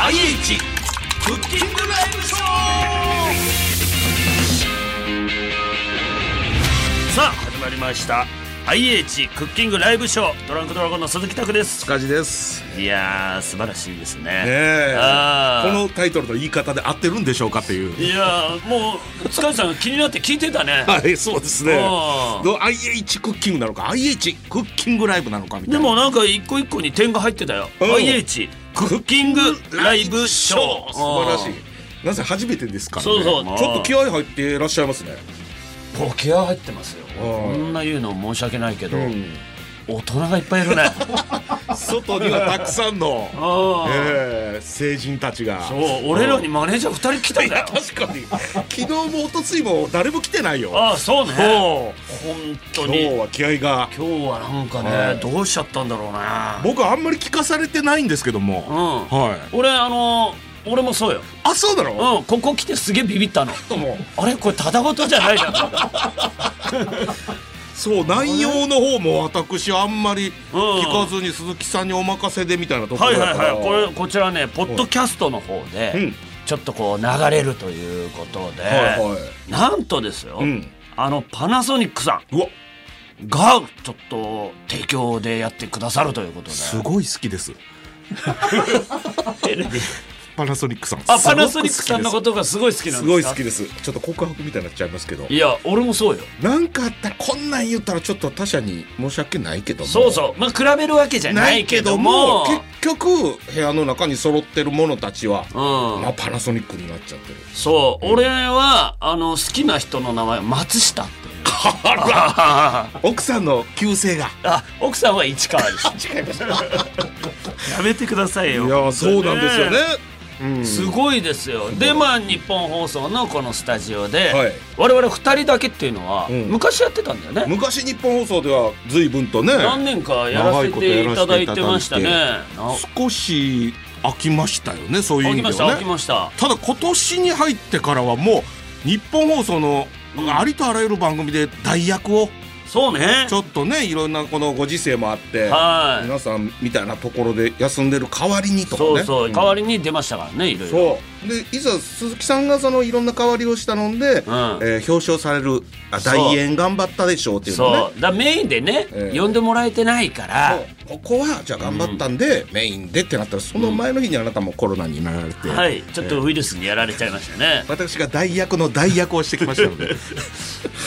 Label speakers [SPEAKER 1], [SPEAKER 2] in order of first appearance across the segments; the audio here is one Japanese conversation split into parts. [SPEAKER 1] IH クッキングライブショーさあ始まりました IH クッキングライブショードランクドラゴンの鈴木拓です
[SPEAKER 2] 塚地です
[SPEAKER 1] いやー素晴らしいですね
[SPEAKER 2] ねえ
[SPEAKER 1] あ
[SPEAKER 2] こ
[SPEAKER 1] ー
[SPEAKER 2] のタイトルと言い方で合ってるんでしょうかっていう
[SPEAKER 1] いやーもう塚地さん気になって聞いてたね
[SPEAKER 2] はいそうですね
[SPEAKER 1] あー
[SPEAKER 2] ど IH クッキングなのか IH クッキングライブなのかみたい
[SPEAKER 1] で
[SPEAKER 2] な
[SPEAKER 1] もなんか一個一個に点が入ってたよ
[SPEAKER 2] うん
[SPEAKER 1] IH クッキングライブショー
[SPEAKER 2] 素晴らしいなぜ初めてですからね
[SPEAKER 1] そうそう
[SPEAKER 2] ちょっと気合い入っていらっしゃいますね
[SPEAKER 1] ボケは入ってますよこんな言うの申し訳ないけど、大人がいっぱいい るね
[SPEAKER 2] 外にはたくさん の
[SPEAKER 1] ああ
[SPEAKER 2] ええ成人たちが
[SPEAKER 1] そう俺らにマネージャー2人来たん
[SPEAKER 2] い
[SPEAKER 1] だ
[SPEAKER 2] や
[SPEAKER 1] よ
[SPEAKER 2] 確かに昨日も一昨日も誰も来てないよ
[SPEAKER 1] ああそうね
[SPEAKER 2] そ
[SPEAKER 1] 本当
[SPEAKER 2] 今日
[SPEAKER 1] に
[SPEAKER 2] は気合いが
[SPEAKER 1] 今日はなんかね、どうしちゃったんだろうね
[SPEAKER 2] 僕あんまり聞かされてないんですけども、
[SPEAKER 1] うん
[SPEAKER 2] はい
[SPEAKER 1] 俺あの俺もそうよ、
[SPEAKER 2] あそうなの、ちょ
[SPEAKER 1] うん、ここ来てすげえビビったの
[SPEAKER 2] っともう
[SPEAKER 1] あれこれただごとじゃない じゃん
[SPEAKER 2] そう内容の方も私あんまり
[SPEAKER 1] うん
[SPEAKER 2] 聞かずに鈴木さんにお任せでみたいなとこ
[SPEAKER 1] は
[SPEAKER 2] ろ
[SPEAKER 1] い
[SPEAKER 2] だ
[SPEAKER 1] は
[SPEAKER 2] か
[SPEAKER 1] い
[SPEAKER 2] ら
[SPEAKER 1] はいこれこちらねポッドキャストの方で、
[SPEAKER 2] うん
[SPEAKER 1] ちょっとこう流れるということで、
[SPEAKER 2] はいは
[SPEAKER 1] なんとですよ、
[SPEAKER 2] うん
[SPEAKER 1] あのパナソニックさん
[SPEAKER 2] うわ
[SPEAKER 1] がちょっと提供でやってくださるということです
[SPEAKER 2] ごい好きですパナソニックさん
[SPEAKER 1] あパナソニックさんのこととがすごい好きなんですすか
[SPEAKER 2] ごい好きですちょっと告白みたいになっちゃいますけど
[SPEAKER 1] いや俺もそうよ
[SPEAKER 2] なんかあったらこんなん言ったらちょっと他者に申し訳ないけども
[SPEAKER 1] そうそうまあ比べるわけじゃな
[SPEAKER 2] ないい
[SPEAKER 1] け
[SPEAKER 2] け
[SPEAKER 1] ど
[SPEAKER 2] ど
[SPEAKER 1] も
[SPEAKER 2] も結局部屋の中に揃ってるものたちは、
[SPEAKER 1] うん
[SPEAKER 2] まあ、パナソニックになっちゃってる
[SPEAKER 1] そう、俺はあの好きな人の名前松下っていう
[SPEAKER 2] 奥さんの旧姓が
[SPEAKER 1] あ奥さんは市川です
[SPEAKER 2] 違いまし た
[SPEAKER 1] やめてくださいよ
[SPEAKER 2] いやそうなんですよねうん
[SPEAKER 1] すごいですよでまあ日本放送のこのスタジオで、
[SPEAKER 2] はい
[SPEAKER 1] 我々2人だけっていうのは、
[SPEAKER 2] ん
[SPEAKER 1] 昔やってたんだよね
[SPEAKER 2] 昔日本放送では随分とね
[SPEAKER 1] 何年かやらせていただいてましたねな
[SPEAKER 2] 少し飽きましたよねそういう
[SPEAKER 1] 飽
[SPEAKER 2] 意
[SPEAKER 1] きまし
[SPEAKER 2] 味
[SPEAKER 1] た
[SPEAKER 2] では
[SPEAKER 1] 飽
[SPEAKER 2] ね
[SPEAKER 1] きました
[SPEAKER 2] ただ今年に入ってからはもう日本放送のありとあらゆる番組で代役を
[SPEAKER 1] そうね
[SPEAKER 2] ちょっとねいろんなこのご時世もあって
[SPEAKER 1] はい
[SPEAKER 2] 皆さんみたいなところで休んでる代わりにとかね
[SPEAKER 1] そうそう、
[SPEAKER 2] ん
[SPEAKER 1] 代わりに出ましたからねいろいろ
[SPEAKER 2] そうでいざ鈴木さんがそのいろんな代わりをしたので、えー表彰されるあ
[SPEAKER 1] そう
[SPEAKER 2] 大演頑張ったでしょうっていうのね
[SPEAKER 1] そうだからメインでね、
[SPEAKER 2] ええ
[SPEAKER 1] 呼んでもらえてないから
[SPEAKER 2] そうここはじゃあ頑張ったんで、メインでってなったらその前の日にあなたもコロナになられて、
[SPEAKER 1] はいちょっとウイルスにやられちゃいましたね、
[SPEAKER 2] 私が代役の代役をしてきました ので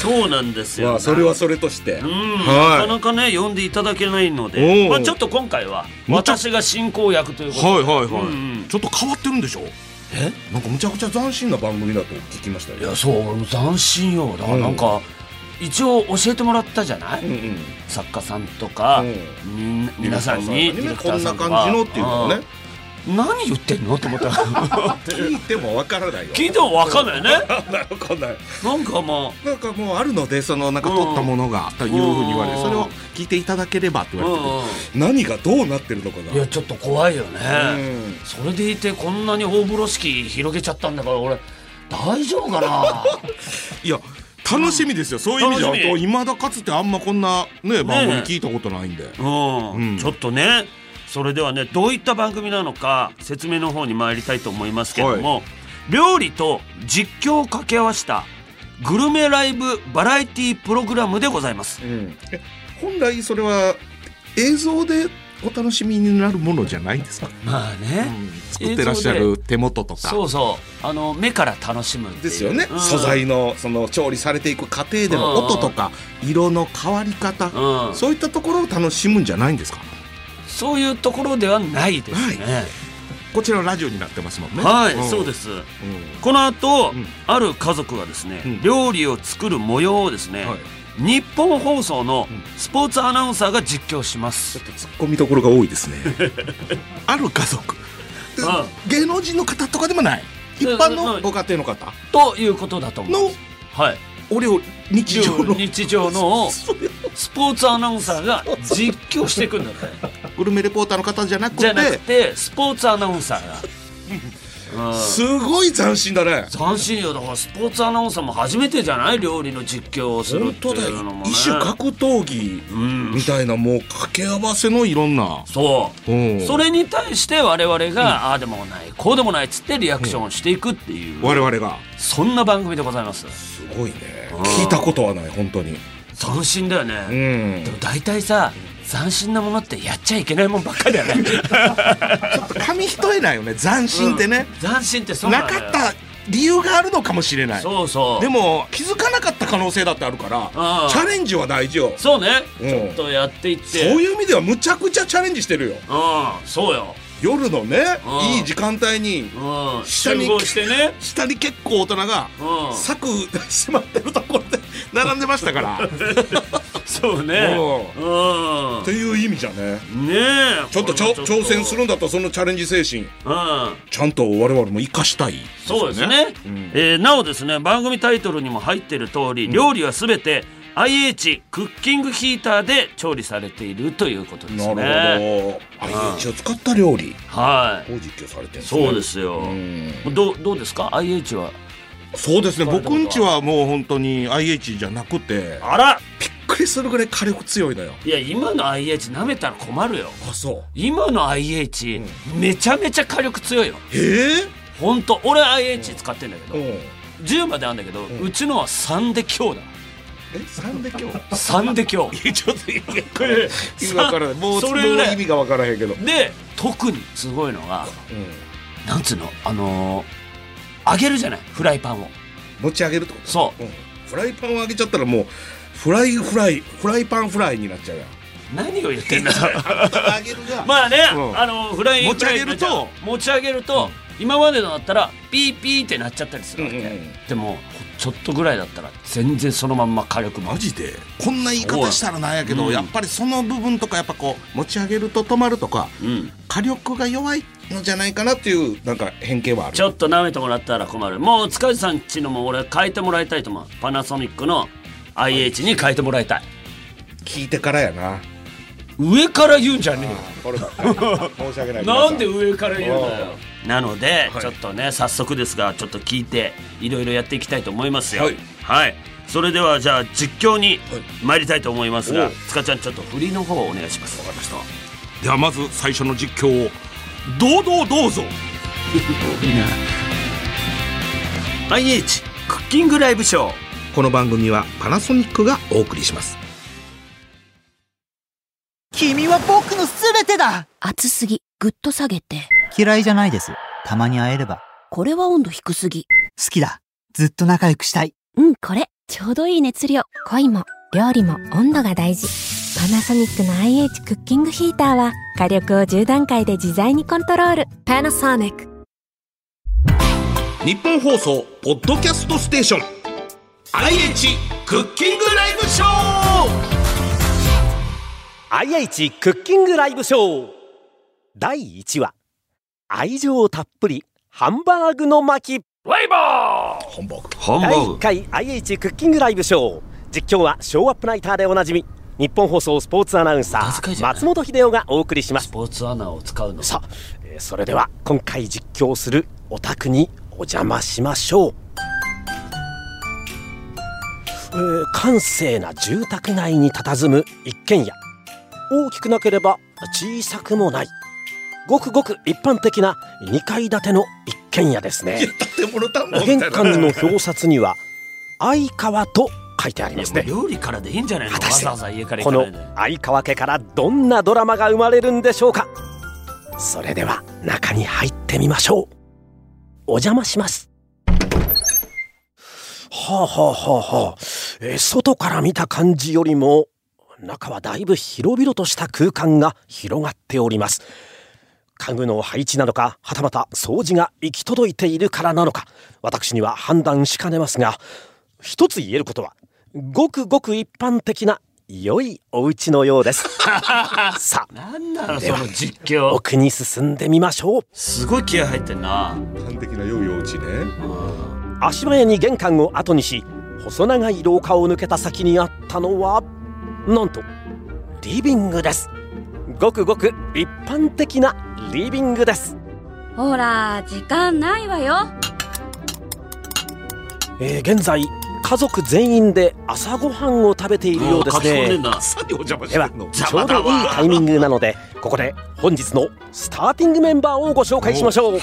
[SPEAKER 1] そうなんですよ、
[SPEAKER 2] まあそれはそれとして、
[SPEAKER 1] うんなか
[SPEAKER 2] は
[SPEAKER 1] なかね呼んでいただけないの
[SPEAKER 2] お
[SPEAKER 1] で、
[SPEAKER 2] う
[SPEAKER 1] まあ、ちょっと今回は私が進行役という
[SPEAKER 2] い
[SPEAKER 1] ことで、
[SPEAKER 2] はいはいはい、
[SPEAKER 1] うんうん
[SPEAKER 2] ちょっと変わってるんでしょ
[SPEAKER 1] え
[SPEAKER 2] なんかむちゃくちゃ斬新な番組だと聞きました
[SPEAKER 1] い
[SPEAKER 2] よ
[SPEAKER 1] やそう俺も斬新よだからなんか、一応教えてもらったじゃない、
[SPEAKER 2] うんうん
[SPEAKER 1] 作家さんとか、
[SPEAKER 2] う
[SPEAKER 1] みん、皆さんに
[SPEAKER 2] 皆
[SPEAKER 1] ディレクタ
[SPEAKER 2] さ
[SPEAKER 1] ーさと
[SPEAKER 2] んにねこ
[SPEAKER 1] か
[SPEAKER 2] んな感じのっていうのをね
[SPEAKER 1] うん何言ってんのと思った
[SPEAKER 2] 聞いてもわからないよ
[SPEAKER 1] 聞いても分かんないよね
[SPEAKER 2] なるほどね
[SPEAKER 1] なんかま
[SPEAKER 2] なんかもうあるのでそのなんか撮ったものがというふうに言われ
[SPEAKER 1] う
[SPEAKER 2] て
[SPEAKER 1] ん
[SPEAKER 2] それを聞いていただければって言
[SPEAKER 1] あ、
[SPEAKER 2] われてて何がどうなってるのか
[SPEAKER 1] うん、い
[SPEAKER 2] が
[SPEAKER 1] やちょっと怖いよね、
[SPEAKER 2] うん
[SPEAKER 1] それでいてこんなに大風呂敷広げちゃったんだから俺大丈夫かな
[SPEAKER 2] いや楽しみですよ、そういう意味じ
[SPEAKER 1] 楽しみ
[SPEAKER 2] ゃいまだかつてあんまこんなね番組聞いたことないんで、
[SPEAKER 1] うん、
[SPEAKER 2] うん
[SPEAKER 1] ちょっとねそれではねどういった番組なのか説明の方に参りたいと思いますけども、料理と実況を掛け合わせたグルメライブバラエティプログラムでございます
[SPEAKER 2] え本来それは映像でお楽しみになるものじゃないんですか、
[SPEAKER 1] まあね、
[SPEAKER 2] 作ってらっし
[SPEAKER 1] 映
[SPEAKER 2] ゃ
[SPEAKER 1] 像
[SPEAKER 2] る
[SPEAKER 1] で
[SPEAKER 2] 手元とか
[SPEAKER 1] そうそうあの目から楽しむっていう
[SPEAKER 2] ですよね、
[SPEAKER 1] うん
[SPEAKER 2] 素材のその調理されていく過程での音とか色の変わり方、
[SPEAKER 1] うん
[SPEAKER 2] そういったところを楽しむんじゃないんですか
[SPEAKER 1] そういうところではないですね、
[SPEAKER 2] こちらのラジオになってますもんね
[SPEAKER 1] はい、
[SPEAKER 2] ん
[SPEAKER 1] そうです
[SPEAKER 2] うん
[SPEAKER 1] この後、
[SPEAKER 2] うん
[SPEAKER 1] ある家族がですね、
[SPEAKER 2] うん
[SPEAKER 1] 料理を作る模様をですね、
[SPEAKER 2] はい
[SPEAKER 1] 日本放送の
[SPEAKER 2] ん
[SPEAKER 1] スポーツアナウンサーが実況します、
[SPEAKER 2] ツッコミどころが多いで すねある家族
[SPEAKER 1] あ
[SPEAKER 2] 芸能人の方とかでもない一般のご家庭の方
[SPEAKER 1] ということだと思う
[SPEAKER 2] の
[SPEAKER 1] はい
[SPEAKER 2] 俺を日常の
[SPEAKER 1] 日常の を
[SPEAKER 2] そういう
[SPEAKER 1] スポーツアナウンサーが実況していくん だね
[SPEAKER 2] グルメレポーターの方じゃなく
[SPEAKER 1] じゃなく
[SPEAKER 2] て
[SPEAKER 1] てスポーツアナウンサーが、 はい
[SPEAKER 2] すごい斬新だね
[SPEAKER 1] 斬新よだからスポーツアナウンサーも初めてじゃない料理の実況をする
[SPEAKER 2] 本
[SPEAKER 1] って
[SPEAKER 2] 当だ
[SPEAKER 1] い
[SPEAKER 2] よ
[SPEAKER 1] うのもね
[SPEAKER 2] 一種格闘技
[SPEAKER 1] うん
[SPEAKER 2] みたいなもう掛け合わせのいろんな、、
[SPEAKER 1] そううんそれに対して我々が、ああでもないこうでもないっつってリアクションをしていくっていう、
[SPEAKER 2] 我々が
[SPEAKER 1] そんな番組でございます
[SPEAKER 2] すごいね
[SPEAKER 1] うん
[SPEAKER 2] 聞いたことはない本当に
[SPEAKER 1] 斬新だよ
[SPEAKER 2] う
[SPEAKER 1] ね、
[SPEAKER 2] ん
[SPEAKER 1] でも大体さ斬新なものってやっちゃいけないもんばっかりだよね
[SPEAKER 2] ちょっと紙一重なんよね 斬新ってね、
[SPEAKER 1] 斬新ってそう
[SPEAKER 2] な
[SPEAKER 1] なのよ
[SPEAKER 2] かった理由があるのかもしれない
[SPEAKER 1] そうそう
[SPEAKER 2] でも気づかなかった可能性だってあるから
[SPEAKER 1] うん
[SPEAKER 2] チャレンジは大事よ
[SPEAKER 1] そうね、
[SPEAKER 2] うん
[SPEAKER 1] ちょっとやっていって
[SPEAKER 2] そういう意味ではむちゃくちゃチャレンジしてるよ
[SPEAKER 1] うんそうよ、
[SPEAKER 2] 夜のね
[SPEAKER 1] うん
[SPEAKER 2] いい時間帯に
[SPEAKER 1] うん、
[SPEAKER 2] 下
[SPEAKER 1] 集
[SPEAKER 2] に
[SPEAKER 1] 合してね
[SPEAKER 2] 下に結構大人が
[SPEAKER 1] うん
[SPEAKER 2] 柵閉まってるところで並んでましたから
[SPEAKER 1] そうね
[SPEAKER 2] と
[SPEAKER 1] う
[SPEAKER 2] いう意味じゃね
[SPEAKER 1] んねえ
[SPEAKER 2] ちょっとち
[SPEAKER 1] こ
[SPEAKER 2] ょ
[SPEAKER 1] れは
[SPEAKER 2] 挑戦するんだったらそのチャレンジ精神
[SPEAKER 1] うん
[SPEAKER 2] ちゃんと我々も生かしたい
[SPEAKER 1] そうですね、
[SPEAKER 2] うん
[SPEAKER 1] えーなおですね番組タイトルにも入っている通り、料理はすべて IH クッキングヒーターで調理されているということですね
[SPEAKER 2] なるほど IH を使った料理
[SPEAKER 1] は
[SPEAKER 2] を実況されてるん
[SPEAKER 1] いそうですすよ、
[SPEAKER 2] ねうん
[SPEAKER 1] どうどうですか IH は
[SPEAKER 2] そうですね
[SPEAKER 1] そういうこ
[SPEAKER 2] 僕
[SPEAKER 1] と
[SPEAKER 2] んちはもう本当に IH じゃなくて
[SPEAKER 1] あら
[SPEAKER 2] びっくりするぐらい火力強いのよ
[SPEAKER 1] いや今の IH なめたら困るよ
[SPEAKER 2] あそう
[SPEAKER 1] 今の IH、めちゃめちゃ火力強いよ
[SPEAKER 2] へえ
[SPEAKER 1] ほんと俺 IH 使ってんだけど、
[SPEAKER 2] え
[SPEAKER 1] 10まであるんだけど、うちのは3で強だ
[SPEAKER 2] 三で 今日
[SPEAKER 1] 3で強
[SPEAKER 2] ちょっと意味
[SPEAKER 1] こ れ
[SPEAKER 2] が分からないもう
[SPEAKER 1] それぐらい
[SPEAKER 2] もう意味が分からへんけど、うん、
[SPEAKER 1] で特にすごいのがなんつうのあのー揚げるじゃないフライパンを
[SPEAKER 2] 持ち上げるってこと
[SPEAKER 1] そ
[SPEAKER 2] うん、フライパンを上げちゃったらもうフライフライフライパンフライになっちゃうやん
[SPEAKER 1] う何を言ってんだ
[SPEAKER 2] 上げる が
[SPEAKER 1] まあね、
[SPEAKER 2] うん
[SPEAKER 1] あのーフライ
[SPEAKER 2] 持ち上げると
[SPEAKER 1] フライ持ち上げると、今までのだったらピーピーってなっちゃったりするわけ、
[SPEAKER 2] うんうんうん
[SPEAKER 1] でもちょっとぐらいだったら全然そのまんま火力も
[SPEAKER 2] マジでこんな言い方したらなんやけど、
[SPEAKER 1] うん
[SPEAKER 2] やっぱりその部分とかやっぱこう持ち上げると止まるとか
[SPEAKER 1] うん
[SPEAKER 2] 火力が弱いのじゃないかなっていうなんか偏見はある
[SPEAKER 1] ちょっと舐めてもらったら困るもう塚地さんちのも俺変えてもらいたいと思うパナソニックの IH に変えてもらいたい
[SPEAKER 2] 聞いてからやな
[SPEAKER 1] 上から言うんじゃねえよ
[SPEAKER 2] これだ申し訳ない
[SPEAKER 1] なんで上から言うのよ
[SPEAKER 2] あ
[SPEAKER 1] なので、
[SPEAKER 2] はい
[SPEAKER 1] ちょっとね早速ですがちょっと聞いていろいろやっていきたいと思いますよは
[SPEAKER 2] はいい、
[SPEAKER 1] それではじゃあ実況に参りたいと思いますが、
[SPEAKER 2] おう
[SPEAKER 1] つかちゃんちょっと振りの方をお願いしますわかりました
[SPEAKER 2] ではまず最初の実況を堂々どうぞ
[SPEAKER 1] IH クッキングライブショー
[SPEAKER 2] この番組はパナソニックがお送りします
[SPEAKER 3] 君は僕のすべてだ
[SPEAKER 4] 熱すぎ。ぐっと下げて。
[SPEAKER 3] 嫌いじゃないです。たまに会えれば。
[SPEAKER 4] これは温度低すぎ。
[SPEAKER 3] 好きだ。ずっと仲良くしたい。
[SPEAKER 4] うん、これ。ちょうどいい熱量。
[SPEAKER 5] 恋も料理も温度が大事パナソニックの IH クッキングヒーターは火力を10段階で自在にコントロールパナソニック
[SPEAKER 2] 日本放送ポッドキャストステーション IH クッキングライブショー
[SPEAKER 6] IH クッキングライブショー第1話愛情たっぷりハンバーグの巻
[SPEAKER 1] ライバー
[SPEAKER 2] ハンバーグ
[SPEAKER 1] ハン
[SPEAKER 6] 第
[SPEAKER 1] バー
[SPEAKER 6] 1
[SPEAKER 1] グ
[SPEAKER 6] 回 IH クッキングライブショー実況はショーアップナイターでおなじみ日本放送スポーツアナウンサ
[SPEAKER 1] 無駄遣い
[SPEAKER 6] ー
[SPEAKER 1] じゃない
[SPEAKER 6] 松本秀夫がお送りしま
[SPEAKER 1] ス
[SPEAKER 6] す
[SPEAKER 1] ポーツアナを使うの
[SPEAKER 6] さあ、えーそれでは今回実況するお宅にお邪魔しましょう、えー閑静な住宅街に佇む一軒家大きくなければ小さくもないごくごく一般的な2階建ての一軒家ですね
[SPEAKER 2] 建物探訪みたい
[SPEAKER 6] 玄
[SPEAKER 2] な
[SPEAKER 6] 関の表札には「相川」と書いてあり
[SPEAKER 1] いや
[SPEAKER 6] ます
[SPEAKER 1] もう
[SPEAKER 6] ね
[SPEAKER 1] 料理からでいいんじゃないの
[SPEAKER 6] 果
[SPEAKER 1] わ
[SPEAKER 6] たして
[SPEAKER 1] ざわざ家から行
[SPEAKER 6] こ
[SPEAKER 1] かない
[SPEAKER 6] の
[SPEAKER 1] で
[SPEAKER 6] 相川家からどんなドラマが生まれるんでしょうかそれでは中に入ってみましょうお邪魔しますはあはあはあはあ、えー外から見た感じよりも中はだいぶ広々とした空間が広がっております家具の配置なのかはたまた掃除が行き届いているからなのか私には判断しかねますが一つ言えることはごくごく一般的な良いお家のようですさあ
[SPEAKER 1] なんなのそ
[SPEAKER 6] では
[SPEAKER 1] の実況
[SPEAKER 6] 奥に進んでみましょう
[SPEAKER 1] すごい気合入ってんな
[SPEAKER 2] 完璧な良いお家ね
[SPEAKER 6] 足早に玄関を後にし細長い廊下を抜けた先にあったのはなんとリビングですごくごく一般的なリビングです
[SPEAKER 4] ほら、時間ないわよ。
[SPEAKER 6] えー現在家族全員で朝ごはんを食べているようです
[SPEAKER 1] もう書き込んでん
[SPEAKER 6] ね
[SPEAKER 1] な
[SPEAKER 2] さにお邪魔し
[SPEAKER 6] で
[SPEAKER 2] て
[SPEAKER 6] は
[SPEAKER 2] んの
[SPEAKER 6] ちょうどいいタイミングなのでここで本日のスターティングメンバーをご紹介しましょう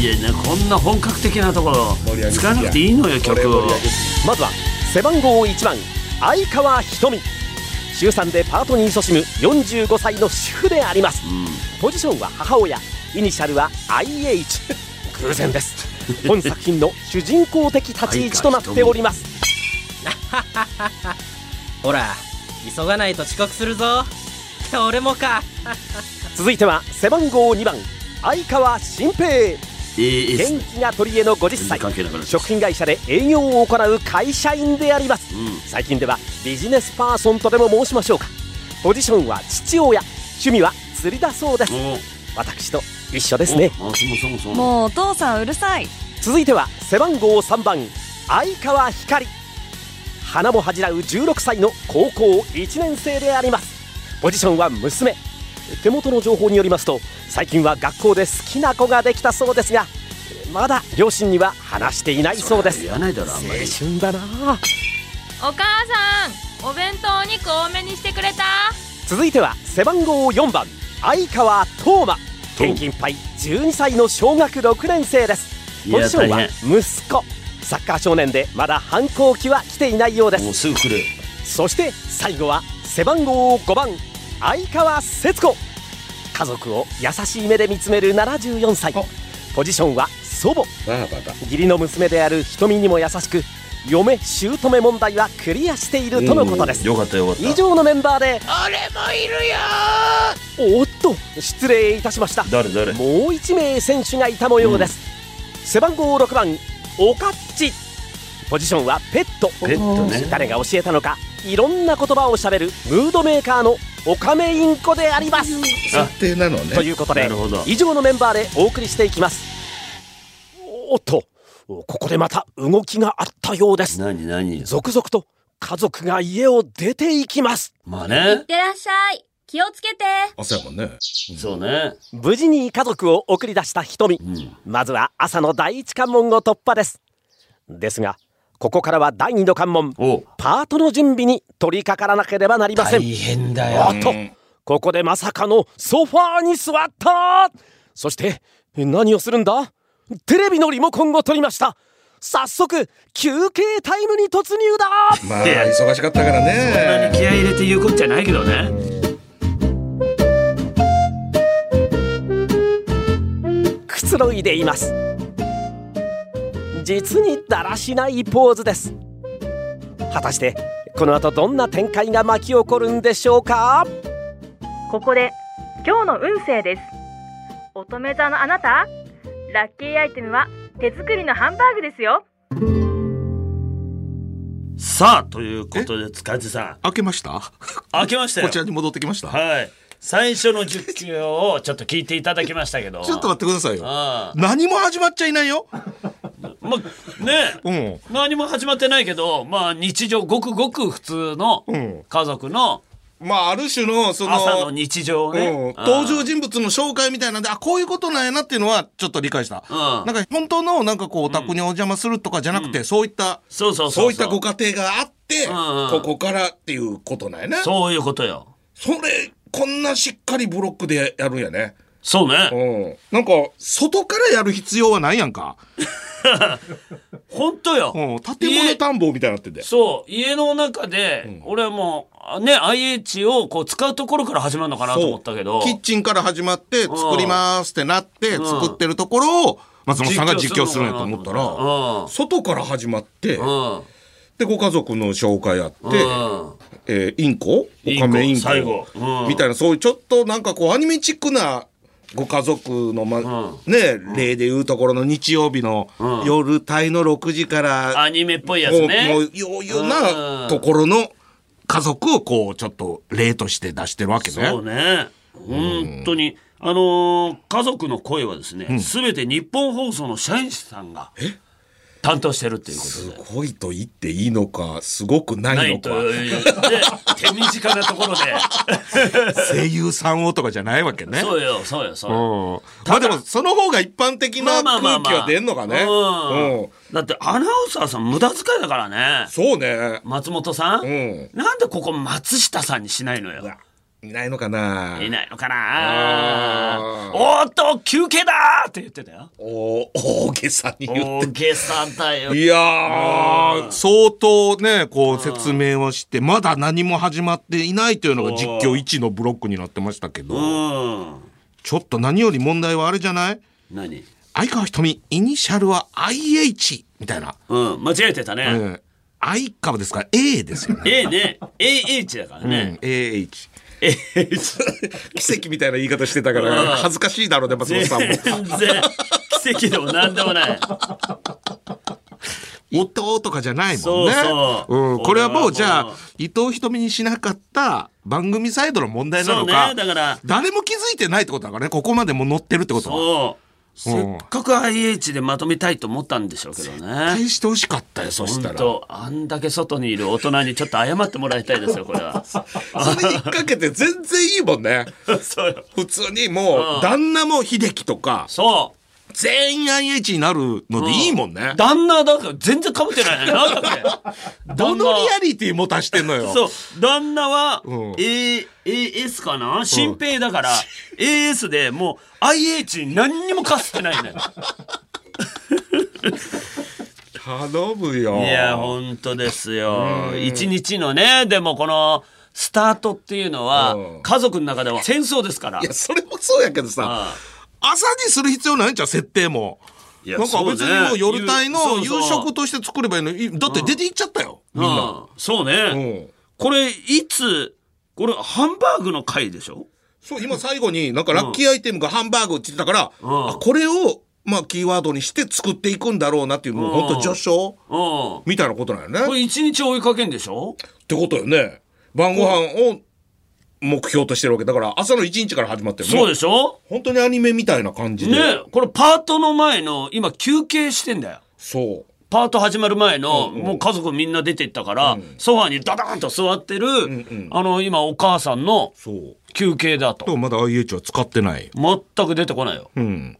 [SPEAKER 1] いやねこんな本格的なところ
[SPEAKER 2] 盛り上げすぎ
[SPEAKER 1] 使
[SPEAKER 2] や
[SPEAKER 1] わなくていいのよ曲を
[SPEAKER 6] まずは背番号1番相川ひとみ週3でパートに勤しむ45歳の主婦でありますポジションは母親イニシャルは IH 偶然 です本作品の主人公的立ち位置となっております
[SPEAKER 7] ほら急がないと遅刻するぞ俺もか
[SPEAKER 6] 続いては背番号2番相川新平
[SPEAKER 1] えーえ
[SPEAKER 6] 元気な取り柄の50歳
[SPEAKER 1] 関係なくなっちゃう
[SPEAKER 6] 食品会社で営業を行う会社員であります、
[SPEAKER 1] うん
[SPEAKER 6] 最近ではビジネスパーソンとでも申しましょうかポジションは父親趣味は釣りだそうです
[SPEAKER 1] おう
[SPEAKER 6] 私と一緒ですね
[SPEAKER 1] おうあそうそうそう
[SPEAKER 8] もうお父さんうるさい
[SPEAKER 6] 続いては背番号3番相川光花も恥じらう16歳の高校1年生でありますポジションは娘手元の情報によりますと最近は学校で好きな子ができたそうですがまだ両親には話していないそうです
[SPEAKER 1] 言
[SPEAKER 6] 青
[SPEAKER 1] わないだろあんまり
[SPEAKER 6] 春だなあ
[SPEAKER 9] お母さんお弁当お肉多めにしてくれた
[SPEAKER 6] 続いては背番号4番相川斗真元気いっぱい12歳の小学6年生です
[SPEAKER 1] い
[SPEAKER 6] ポ
[SPEAKER 1] や
[SPEAKER 6] ジションは
[SPEAKER 1] 大
[SPEAKER 6] 息子サッカー少年でまだ反抗期は来ていないようです
[SPEAKER 1] もうすぐ来る
[SPEAKER 6] そして最後は背番号5番相川節子家族を優しい目で見つめる74歳ポジションは祖母義理の娘である瞳にも優しく嫁姑問題はクリアしているとのことです
[SPEAKER 1] よかったよかった
[SPEAKER 6] 以上のメンバーで俺もいるよおっと失礼いたしました
[SPEAKER 1] 誰誰
[SPEAKER 6] もう1名選手がいた模様です、背番号6番おかっちポジションはペット
[SPEAKER 1] ペットね
[SPEAKER 6] 誰が教えたのかいろんな言葉をしゃべるムードメーカーのオカメインコであります
[SPEAKER 2] 設定なの
[SPEAKER 6] ということで
[SPEAKER 1] なるほど
[SPEAKER 6] 以上のメンバーでお送りしていきますおっとここでまた動きがあったようです
[SPEAKER 1] 何何
[SPEAKER 6] 続々と家族が家を出ていきます
[SPEAKER 1] まあ
[SPEAKER 9] いっ
[SPEAKER 1] ね
[SPEAKER 9] てらっしゃい気をつけて
[SPEAKER 2] あそうやもんね
[SPEAKER 1] そうね
[SPEAKER 6] 無事に家族を送り出した瞳
[SPEAKER 1] うん
[SPEAKER 6] まずは朝の第一関門を突破ですですがここからは第二の関門
[SPEAKER 1] おう
[SPEAKER 6] パートの準備に取り掛からなければなりません
[SPEAKER 7] 変だ
[SPEAKER 6] あっとここでまさかのソファーに座ったそしてえ何をするんだテレビのリモコンを取りました早速休憩タイムに突入だ
[SPEAKER 2] まあ忙しかったからね
[SPEAKER 1] 気合い入れて言うことじゃないけどね
[SPEAKER 6] くつろいでいます実にだらしないポーズです果たしてこの後どんな展開が巻き起こるんでしょうか
[SPEAKER 10] ここで今日の運勢です乙女座のあなたラッキーアイテムは手作りのハンバーグですよ
[SPEAKER 1] さあということで塚地さん
[SPEAKER 2] 開けました
[SPEAKER 1] 開けましたよ
[SPEAKER 2] こちらに戻ってきました
[SPEAKER 1] はい最初の10球をちょっと聞いていただきましたけど
[SPEAKER 2] ちょっと待ってくださいよ
[SPEAKER 1] ああ
[SPEAKER 2] 何も始まっちゃいないよ
[SPEAKER 1] まあね
[SPEAKER 2] うん
[SPEAKER 1] 何も始まってないけどまあ日常ごくごく普通の
[SPEAKER 2] ん
[SPEAKER 1] 家族の
[SPEAKER 2] まあある種のその
[SPEAKER 1] 朝の日常をね、
[SPEAKER 2] うん、
[SPEAKER 1] ああ
[SPEAKER 2] 登場人物の紹介みたいなんであこういうことなんやなっていうのはちょっと理解した、
[SPEAKER 1] うん
[SPEAKER 2] なんか本当のなんかこうお宅にお邪魔するとかじゃなくて、そういった
[SPEAKER 1] そうそうそ
[SPEAKER 2] そ
[SPEAKER 1] う
[SPEAKER 2] ういったご家庭があって、
[SPEAKER 1] んうん
[SPEAKER 2] ここからっていうことなんやね
[SPEAKER 1] そういうことよ
[SPEAKER 2] それこんなしっかりブロックでやるんやね
[SPEAKER 1] そうね
[SPEAKER 2] うんなんか外からやる必要はないやんか、
[SPEAKER 1] 本当よ、
[SPEAKER 2] うん、建物探訪みたいになってて
[SPEAKER 1] そう家の中で、俺はもうね IH をこう使うところから始まるのかなと思ったけど
[SPEAKER 2] そうキッチンから始まって作りますってなって
[SPEAKER 1] ん
[SPEAKER 2] 作ってるところを松本さんが実況するんやと思った
[SPEAKER 1] う
[SPEAKER 2] ら
[SPEAKER 1] ん
[SPEAKER 2] 外から始まって
[SPEAKER 1] うん
[SPEAKER 2] でご家族の紹介あって
[SPEAKER 1] うん
[SPEAKER 2] えーインコ
[SPEAKER 1] イン
[SPEAKER 2] オ
[SPEAKER 1] コ
[SPEAKER 2] カメインコ
[SPEAKER 1] 最後うん
[SPEAKER 2] みたいなそういうちょっとなんかこうアニメチックなご家族の、まね例でいうところの日曜日の夜帯の6時から
[SPEAKER 1] アニメっぽいや
[SPEAKER 2] も
[SPEAKER 1] つ
[SPEAKER 2] うも
[SPEAKER 1] ね
[SPEAKER 2] う余裕
[SPEAKER 1] う
[SPEAKER 2] なんところの家族をこうちょっと例として出してるわけね。
[SPEAKER 1] そうね本当にあのー家族の声はですね、すべて日本放送の社員さんが担当してるっていうこと
[SPEAKER 2] す
[SPEAKER 1] で。
[SPEAKER 2] ごいと言っていいのか、すごくな
[SPEAKER 1] ない
[SPEAKER 2] の
[SPEAKER 1] いと
[SPEAKER 2] か。
[SPEAKER 1] 言って、手短なところ で。
[SPEAKER 2] 声優さんをとかじゃないわけね。
[SPEAKER 1] そうよ、そうよ、そう
[SPEAKER 2] う
[SPEAKER 1] よ。
[SPEAKER 2] ん。まあでも、その方が一般的な空気は出んのかね。
[SPEAKER 1] うん
[SPEAKER 2] うん。
[SPEAKER 1] だってアナウンサーさん無駄遣いだからね。
[SPEAKER 2] そうね。
[SPEAKER 1] 松本さん、
[SPEAKER 2] うん
[SPEAKER 1] なんでここ松下さんにしないのよ。
[SPEAKER 2] いないのかないい。
[SPEAKER 1] ないのかな
[SPEAKER 2] あ
[SPEAKER 1] おーっと休憩だーって言ってたよ。
[SPEAKER 2] お大げさに言っ
[SPEAKER 1] 大
[SPEAKER 2] て。
[SPEAKER 1] げさだよ。
[SPEAKER 2] いやー、相当ね、こう説明をして、まだ何も始まっていないというのが実況1のブロックになってましたけ
[SPEAKER 1] う
[SPEAKER 2] ど、
[SPEAKER 1] ん。
[SPEAKER 2] ちょっと何より問題はあれじゃない
[SPEAKER 1] 何
[SPEAKER 2] 相川瞳、イニシャルは IH みたいな。
[SPEAKER 1] うん、間違えてた
[SPEAKER 2] う
[SPEAKER 1] ね。
[SPEAKER 2] ん。相川ですから A ですよね。
[SPEAKER 1] A ね、AH だから
[SPEAKER 2] うん
[SPEAKER 1] ね。、
[SPEAKER 2] AH。
[SPEAKER 1] AH。
[SPEAKER 2] 奇跡みたいな言い方してたから、恥ずかしいだろうね、松本
[SPEAKER 1] 全
[SPEAKER 2] さんも。
[SPEAKER 1] 然、奇跡でも何でもない。
[SPEAKER 2] 伊藤とかじゃないもんね。
[SPEAKER 1] そうそう
[SPEAKER 2] うん、これはもう
[SPEAKER 1] こ
[SPEAKER 2] じ
[SPEAKER 1] れは
[SPEAKER 2] ゃ
[SPEAKER 1] もう
[SPEAKER 2] あ、伊藤ひとみにしなかった番組サイドの問題な
[SPEAKER 1] そう
[SPEAKER 2] の
[SPEAKER 1] ね
[SPEAKER 2] か、、
[SPEAKER 1] だから、
[SPEAKER 2] 誰も気づいてないってことだからね、ここまでもう乗ってるってことは。
[SPEAKER 1] そう。
[SPEAKER 2] うん
[SPEAKER 1] せっかく IH でまとめたいと思ったんでしょうけどね。
[SPEAKER 2] 対してほしかったよ、そし
[SPEAKER 1] 本
[SPEAKER 2] たら。
[SPEAKER 1] 当あんだけ外にいる大人にちょっと謝ってもらいたいですよ、これは。
[SPEAKER 2] それ引っ掛けて全然いいもんね。
[SPEAKER 1] そうよ。
[SPEAKER 2] 普通にもう、旦那も秀樹とか、
[SPEAKER 1] そ
[SPEAKER 2] 全員 IH になるのでいいもんね
[SPEAKER 1] う。。旦那だから全然かぶってないね。なんだっけ
[SPEAKER 2] ど
[SPEAKER 1] 旦
[SPEAKER 2] のリアリティ持たしてんのよ。
[SPEAKER 1] そう旦那は、
[SPEAKER 2] うん
[SPEAKER 1] A AS かな新兵だから AS でもう IH に何にもかすってない ね
[SPEAKER 2] 頼むよ。
[SPEAKER 1] いや本当ですよ一日のねでもこのスタートっていうのは
[SPEAKER 2] うん
[SPEAKER 1] 家族の中では戦争ですから
[SPEAKER 2] いや、それもそうやけど
[SPEAKER 1] あ
[SPEAKER 2] さ
[SPEAKER 1] あ、
[SPEAKER 2] 朝にする必要ないんちゃう設定も。
[SPEAKER 1] いや
[SPEAKER 2] なんか別
[SPEAKER 1] そうね
[SPEAKER 2] にもう夜帯の
[SPEAKER 1] そう
[SPEAKER 2] 夕
[SPEAKER 1] そう
[SPEAKER 2] 食として作ればいいのに、だって出て行っちゃったよ、みんな。
[SPEAKER 1] うんそうね
[SPEAKER 2] うん
[SPEAKER 1] これいつこれハンバーグの回でしょ
[SPEAKER 2] そう、今最後になんかラッキーアイテムがハンバーグって言ってたから、
[SPEAKER 1] ん
[SPEAKER 2] あこれを、まあ、キーワードにして作っていくんだろうなっていう、もう本当序章
[SPEAKER 1] うん
[SPEAKER 2] みたいなことなんよ
[SPEAKER 1] こ
[SPEAKER 2] ね。
[SPEAKER 1] れ一日追いかけんでしょ
[SPEAKER 2] ってことよね。晩ご飯を目標としてるわけだから、朝の1日から始まってるね
[SPEAKER 1] そうでしょ
[SPEAKER 2] 本当にアニメみたいな感じで。
[SPEAKER 1] ねこれパートの前の今休憩してんだよ
[SPEAKER 2] そう。
[SPEAKER 1] パート始まる前の、もう家族みんな出てったから、ソファにダダーンと座ってる、
[SPEAKER 2] ん
[SPEAKER 1] あの、今お母さんの
[SPEAKER 2] そう。
[SPEAKER 1] 休憩だと。
[SPEAKER 2] と、まだ IH は使ってない。
[SPEAKER 1] 全く出てこないよ。
[SPEAKER 2] うん。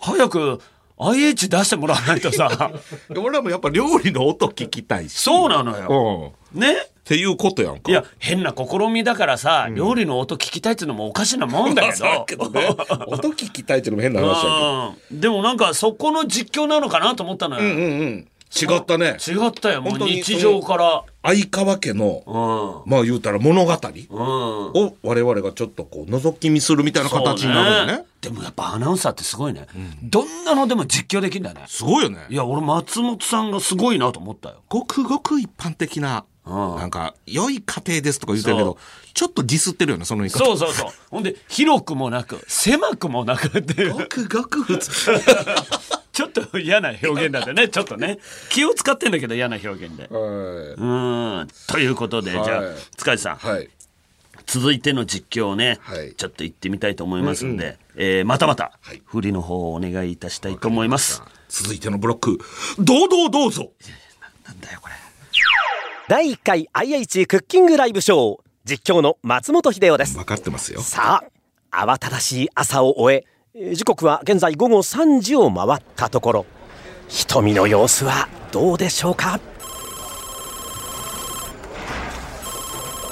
[SPEAKER 1] 早く IH 出してもらわないと さ、
[SPEAKER 2] 俺らもやっぱ料理の音聞きたいし。
[SPEAKER 1] そうなのよ。
[SPEAKER 2] うん。っ
[SPEAKER 1] ね
[SPEAKER 2] ていうことやんか。
[SPEAKER 1] いや、変な試みだからさ、料理の音聞きたいっていうのもおかしなもん だけど。
[SPEAKER 2] だけどね、 音聞きたいっていうのも変な話や
[SPEAKER 1] うんでもなんかそこの実況なのかなと思ったのよ。
[SPEAKER 2] けど。うんうんうん。違ったね。
[SPEAKER 1] 違ったよ、もう
[SPEAKER 2] 本当に
[SPEAKER 1] 日常から。
[SPEAKER 2] 相川家の、
[SPEAKER 1] う
[SPEAKER 2] まあ言うたら物語
[SPEAKER 1] ん。うん。
[SPEAKER 2] を我々がちょっとこう覗き見するみたいな形になるの
[SPEAKER 1] そう
[SPEAKER 2] ね。
[SPEAKER 1] でもやっぱアナウンサーってすごいね、どんなのでも実況できるんだね
[SPEAKER 2] すごいよね
[SPEAKER 1] い。や俺松本さんがすごいなと思ったよ
[SPEAKER 2] ごくごく一般的な、
[SPEAKER 1] ん
[SPEAKER 2] なんか、良い家庭ですとか言ってるけど、ちょっとディスってるよね、その言い方。
[SPEAKER 1] そうそうそう ほんで広くもなく狭くもなくっていう
[SPEAKER 2] ごくごく普通。
[SPEAKER 1] ちょっと嫌な表現だったねちょっとね気を使ってんだけど嫌な表現 で
[SPEAKER 2] は
[SPEAKER 1] うんということで、
[SPEAKER 2] はい
[SPEAKER 1] じゃあ塚地さん、
[SPEAKER 2] い。はい。
[SPEAKER 1] 続いての実況をね、
[SPEAKER 2] はい
[SPEAKER 1] ちょっと行ってみたいと思いますんで、えーまたまた、
[SPEAKER 2] はい
[SPEAKER 1] 振りの方をお願いいたしたいと思います
[SPEAKER 2] 続いてのブロック、堂々どうぞ。
[SPEAKER 1] なんだよこれ
[SPEAKER 6] 第1回 IH クッキングライブショー実況の松本秀夫です
[SPEAKER 2] 分かってますよ。
[SPEAKER 6] さあ慌ただしい朝を終ええー時刻は現在午後3時を回ったところ瞳の様子はどうでしょうか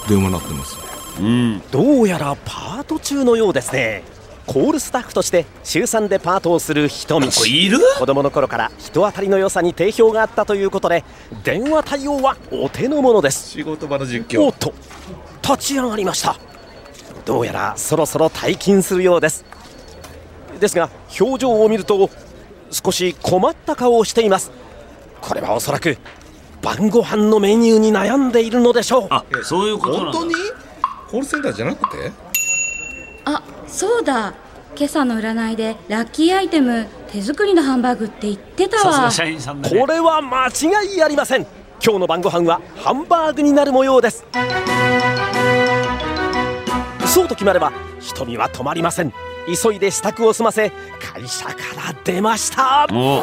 [SPEAKER 2] 電話なってますね。
[SPEAKER 6] どうやらパート中のようですねコールスタッフとして週3でパートをする瞳
[SPEAKER 1] これいる
[SPEAKER 6] 子供の頃から人当たりの良さに定評があったということで電話対応はお手の物です
[SPEAKER 2] 仕事場の実
[SPEAKER 6] おっ。と立ち上がりましたどうやらそろそろ退勤するようですですが表情を見ると少し困った顔をしていますこれはおそらく晩ご飯のメニューに悩んでいるのでしょう
[SPEAKER 1] あそういうことなんだ
[SPEAKER 2] 本当にコールセンターじゃなくて
[SPEAKER 4] あ、そうだ。今朝の占いでラッキーアイテム手作りのハンバーグって言ってた
[SPEAKER 1] さす
[SPEAKER 4] わ
[SPEAKER 1] が。社員さんだね
[SPEAKER 6] これは間違いありません今日の晩ご飯はハンバーグになる模様ですそうと決まれば瞳は止まりません急いで支度を済ませ会社から出ました
[SPEAKER 1] お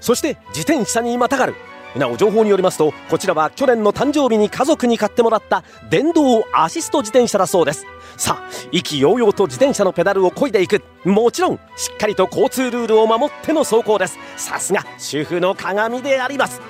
[SPEAKER 6] そして自転車にまたがるなお情報によりますとこちらは去年の誕生日に家族に買ってもらった電動アシスト自転車だそうですさあ意気揚々と自転車のペダルを漕いでいくもちろんしっかりと交通ルールを守っての走行ですさすが主婦の鏡であります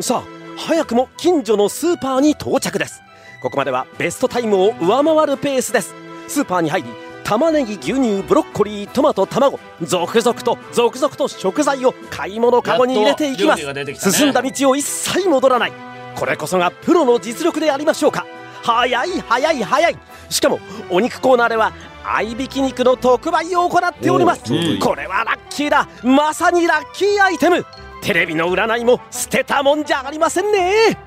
[SPEAKER 6] さあ早くも近所のスーパーに到着ですここまではベストタイムを上回るペースですスーパーに入り玉ねぎ牛乳ブロッコリートマト卵続々と続々と食材を買い物かごに入れていきます
[SPEAKER 1] やっと料理が出てきたね
[SPEAKER 6] 進んだ道を一切戻らないこれこそがプロの実力でありましょうか早い早い早いしかもお肉コーナーでは合いびき肉の特売を行っております
[SPEAKER 2] おーちょうどいい
[SPEAKER 6] これはラッキーだまさにラッキーアイテムテレビの占いも捨てたもんじゃありませんね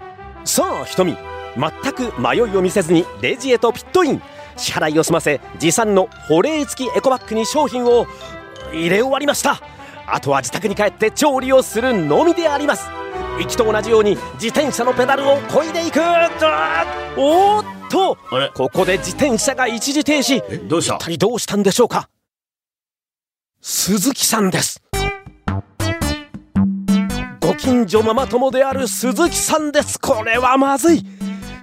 [SPEAKER 6] さあひとみ全く迷いを見せずにレジへとピットイン支払いを済ませ持参の保冷付きエコバッグに商品を入れ終わりましたあとは自宅に帰って調理をするのみであります行きと同じように自転車のペダルをこいでいくあーおーっと
[SPEAKER 1] あれ
[SPEAKER 6] ここで自転車が一時停止
[SPEAKER 1] どうした
[SPEAKER 6] 一体どうしたんでしょうか鈴木さんですご近所ママ友である鈴木さんですこれはまずい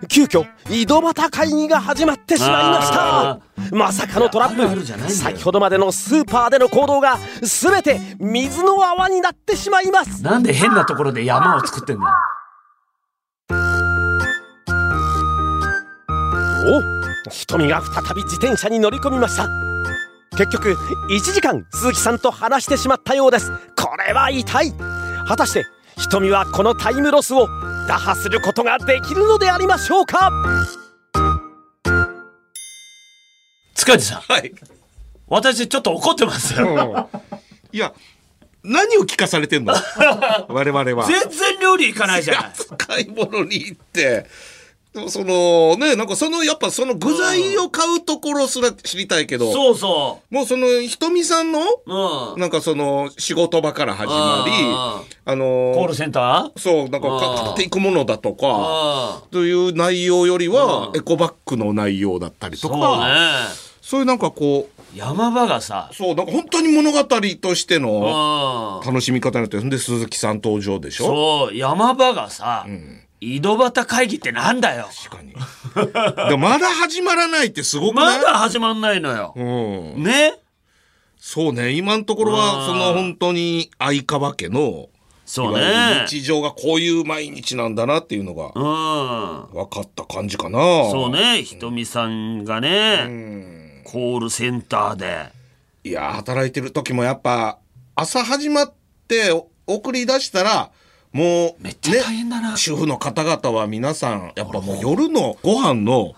[SPEAKER 6] 急遽井戸端会議が始まってしまいま
[SPEAKER 1] あ
[SPEAKER 6] したまさかのトラ
[SPEAKER 1] あるあるじゃ
[SPEAKER 6] ッ
[SPEAKER 1] ないんだ
[SPEAKER 6] プ
[SPEAKER 1] よ
[SPEAKER 6] 先ほどまでのスーパーでの行動が全て水の泡になってしまいます
[SPEAKER 1] なんで変なところで山を作ってんだよ
[SPEAKER 6] お瞳が再び自転車に乗り込みました結局1時間鈴木さんと話してしまったようですこれは痛い果たして瞳はこのタイムロスを打破することができるのでありましょうか
[SPEAKER 1] 塚地さん
[SPEAKER 2] はい。
[SPEAKER 1] 私ちょっと怒ってますよ、
[SPEAKER 2] いや、何を聞かされ てんの我々は。
[SPEAKER 1] 全然料理行かないじゃない
[SPEAKER 2] 買い物に行って。でもそのね、なんかそのやっぱその具材を買うところすら知りたいけど、
[SPEAKER 1] そうそ
[SPEAKER 2] もうそのひとみさんの、
[SPEAKER 1] ううん
[SPEAKER 2] なんかその仕事場から始まり、
[SPEAKER 1] あ
[SPEAKER 2] あ
[SPEAKER 1] コー
[SPEAKER 2] の
[SPEAKER 1] ルセンター
[SPEAKER 2] そう、なんか
[SPEAKER 1] あー
[SPEAKER 2] 買っていくものだとか、
[SPEAKER 1] ああ
[SPEAKER 2] という内容より
[SPEAKER 1] う
[SPEAKER 2] は
[SPEAKER 1] ん
[SPEAKER 2] エコバッグの内容だったりと
[SPEAKER 1] そう
[SPEAKER 2] か、
[SPEAKER 1] ね
[SPEAKER 2] そういうなんかこう、
[SPEAKER 1] 山場がさ
[SPEAKER 2] そう、なんか本当に物語として
[SPEAKER 1] う
[SPEAKER 2] の
[SPEAKER 1] ん
[SPEAKER 2] 楽しみ方になってる、んで鈴木さん登場でしょ
[SPEAKER 1] そう山場がさ、井戸端会議ってなんだよ
[SPEAKER 2] 確かに。でもまだ始まらないってすごくな
[SPEAKER 1] ま
[SPEAKER 2] い
[SPEAKER 1] だ始まんないのよ、
[SPEAKER 2] うん。
[SPEAKER 1] ね
[SPEAKER 2] そうね、今のところ
[SPEAKER 1] あー
[SPEAKER 2] は、その本当に相川家の、
[SPEAKER 1] そう
[SPEAKER 2] いわゆ
[SPEAKER 1] ね
[SPEAKER 2] る日常がこういう毎日なんだなっていうのが
[SPEAKER 1] うん
[SPEAKER 2] 分かった感じかな。
[SPEAKER 1] そうねひとみさんが
[SPEAKER 2] う
[SPEAKER 1] ね、
[SPEAKER 2] ん。
[SPEAKER 1] コールセンターで
[SPEAKER 2] いやー、働いてる時もやっぱ、朝始まってお送り出したら、もう、
[SPEAKER 1] めっちゃ大変だな、
[SPEAKER 2] ね主婦の方々は皆さん、やっぱもう夜のご飯の、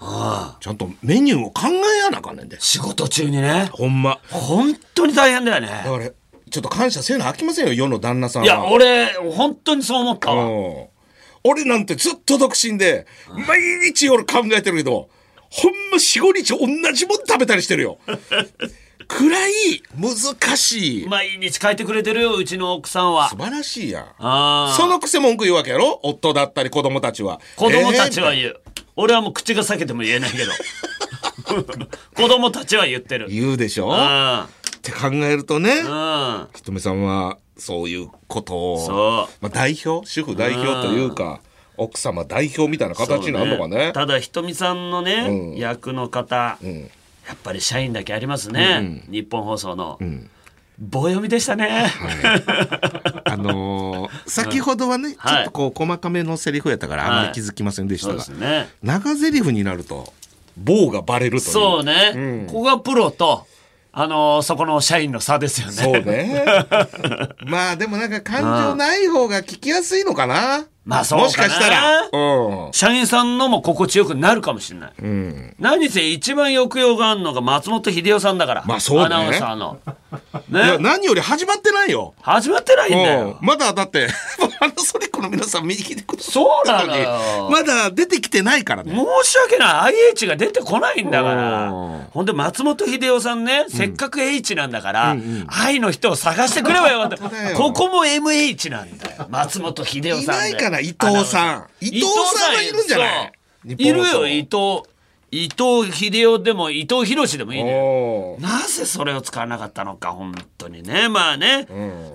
[SPEAKER 2] ちゃんとメニューを考えやなあかんねんで。
[SPEAKER 1] 仕事中にね
[SPEAKER 2] ほんま。
[SPEAKER 1] 本当に大変だよ
[SPEAKER 2] だ
[SPEAKER 1] ね
[SPEAKER 2] から、ちょっと感謝せなあきませんよ、世の旦那さんは。
[SPEAKER 1] いや俺本当にそう思ったわ
[SPEAKER 2] うん俺なんてずっと独身で、毎日夜考えてるけど、ほんま4、5日同じもん食べたりして るよ。くらい難しい。
[SPEAKER 1] 毎日書いてくれてるようちの奥さんは
[SPEAKER 2] 素晴らしいやん。
[SPEAKER 1] ああ
[SPEAKER 2] そのくせ文句言うわけやろ夫だったり子供たちは。
[SPEAKER 1] 子供たちは
[SPEAKER 2] えー
[SPEAKER 1] 言う、俺はもう口が裂けても言えないけど 子供たちは言ってる
[SPEAKER 2] 言うでしょ
[SPEAKER 1] うん
[SPEAKER 2] って考えるとね、
[SPEAKER 1] うん
[SPEAKER 2] ひとみさんはそういうこと
[SPEAKER 1] そ
[SPEAKER 2] を
[SPEAKER 1] う、
[SPEAKER 2] まあ、代表、主婦代表というか、奥様代表みたいな形になるのか
[SPEAKER 1] そう
[SPEAKER 2] ね。
[SPEAKER 1] ただひとみさんのね、
[SPEAKER 2] うん
[SPEAKER 1] 役の方、
[SPEAKER 2] ん
[SPEAKER 1] やっぱり社員だけありますね、日本放送の、棒読みでしたね、
[SPEAKER 2] あの ー先ほどはね、
[SPEAKER 1] はい
[SPEAKER 2] ちょっとこう細かめのセリフやったからあまり気づきませんでし
[SPEAKER 1] そ
[SPEAKER 2] た
[SPEAKER 1] う
[SPEAKER 2] が、
[SPEAKER 1] ですね
[SPEAKER 2] 長セリフになると棒がバレるという
[SPEAKER 1] そうね、
[SPEAKER 2] ん
[SPEAKER 1] ここがプロとあのーそこの社員の差ですよね
[SPEAKER 2] そう ねまあでもなんか感情ない方が聞きやすいのかな
[SPEAKER 1] まあそうかな
[SPEAKER 2] もしかしたらうん
[SPEAKER 1] 社員さんのも心地よくなるかもしれない、
[SPEAKER 2] うん
[SPEAKER 1] 何せ一番抑揚があるのが松本秀夫さんだから、
[SPEAKER 2] まあそうね
[SPEAKER 1] アナウンサー の
[SPEAKER 2] いや
[SPEAKER 1] ね
[SPEAKER 2] 何より始まってないよ
[SPEAKER 1] 始まってないんだよ
[SPEAKER 2] うんまだだって、 パナソニックの皆さん見に来てくださ
[SPEAKER 1] そうな
[SPEAKER 2] った
[SPEAKER 1] の
[SPEAKER 2] のに
[SPEAKER 1] よ、
[SPEAKER 2] まだ出てきてないからね。
[SPEAKER 1] 申し訳ない IH が出てこないんだから
[SPEAKER 2] うん
[SPEAKER 1] ほんで松本秀夫さんね、せっかく H なんだから、愛の人を探してくればよかっ
[SPEAKER 2] だ
[SPEAKER 1] た
[SPEAKER 2] よ
[SPEAKER 1] ここも MH なんだよ松本秀夫
[SPEAKER 2] い
[SPEAKER 1] さん
[SPEAKER 2] な
[SPEAKER 1] で
[SPEAKER 2] いかな、伊藤
[SPEAKER 1] あの
[SPEAKER 2] さん。伊藤さんはいるんじゃない
[SPEAKER 1] そういるよ伊
[SPEAKER 2] 日
[SPEAKER 1] 藤伊藤秀夫でも伊藤博士でもいい
[SPEAKER 2] 本放
[SPEAKER 1] の
[SPEAKER 2] 送
[SPEAKER 1] よ
[SPEAKER 2] おー
[SPEAKER 1] なぜそれを使わなかったのか本当にねまあね、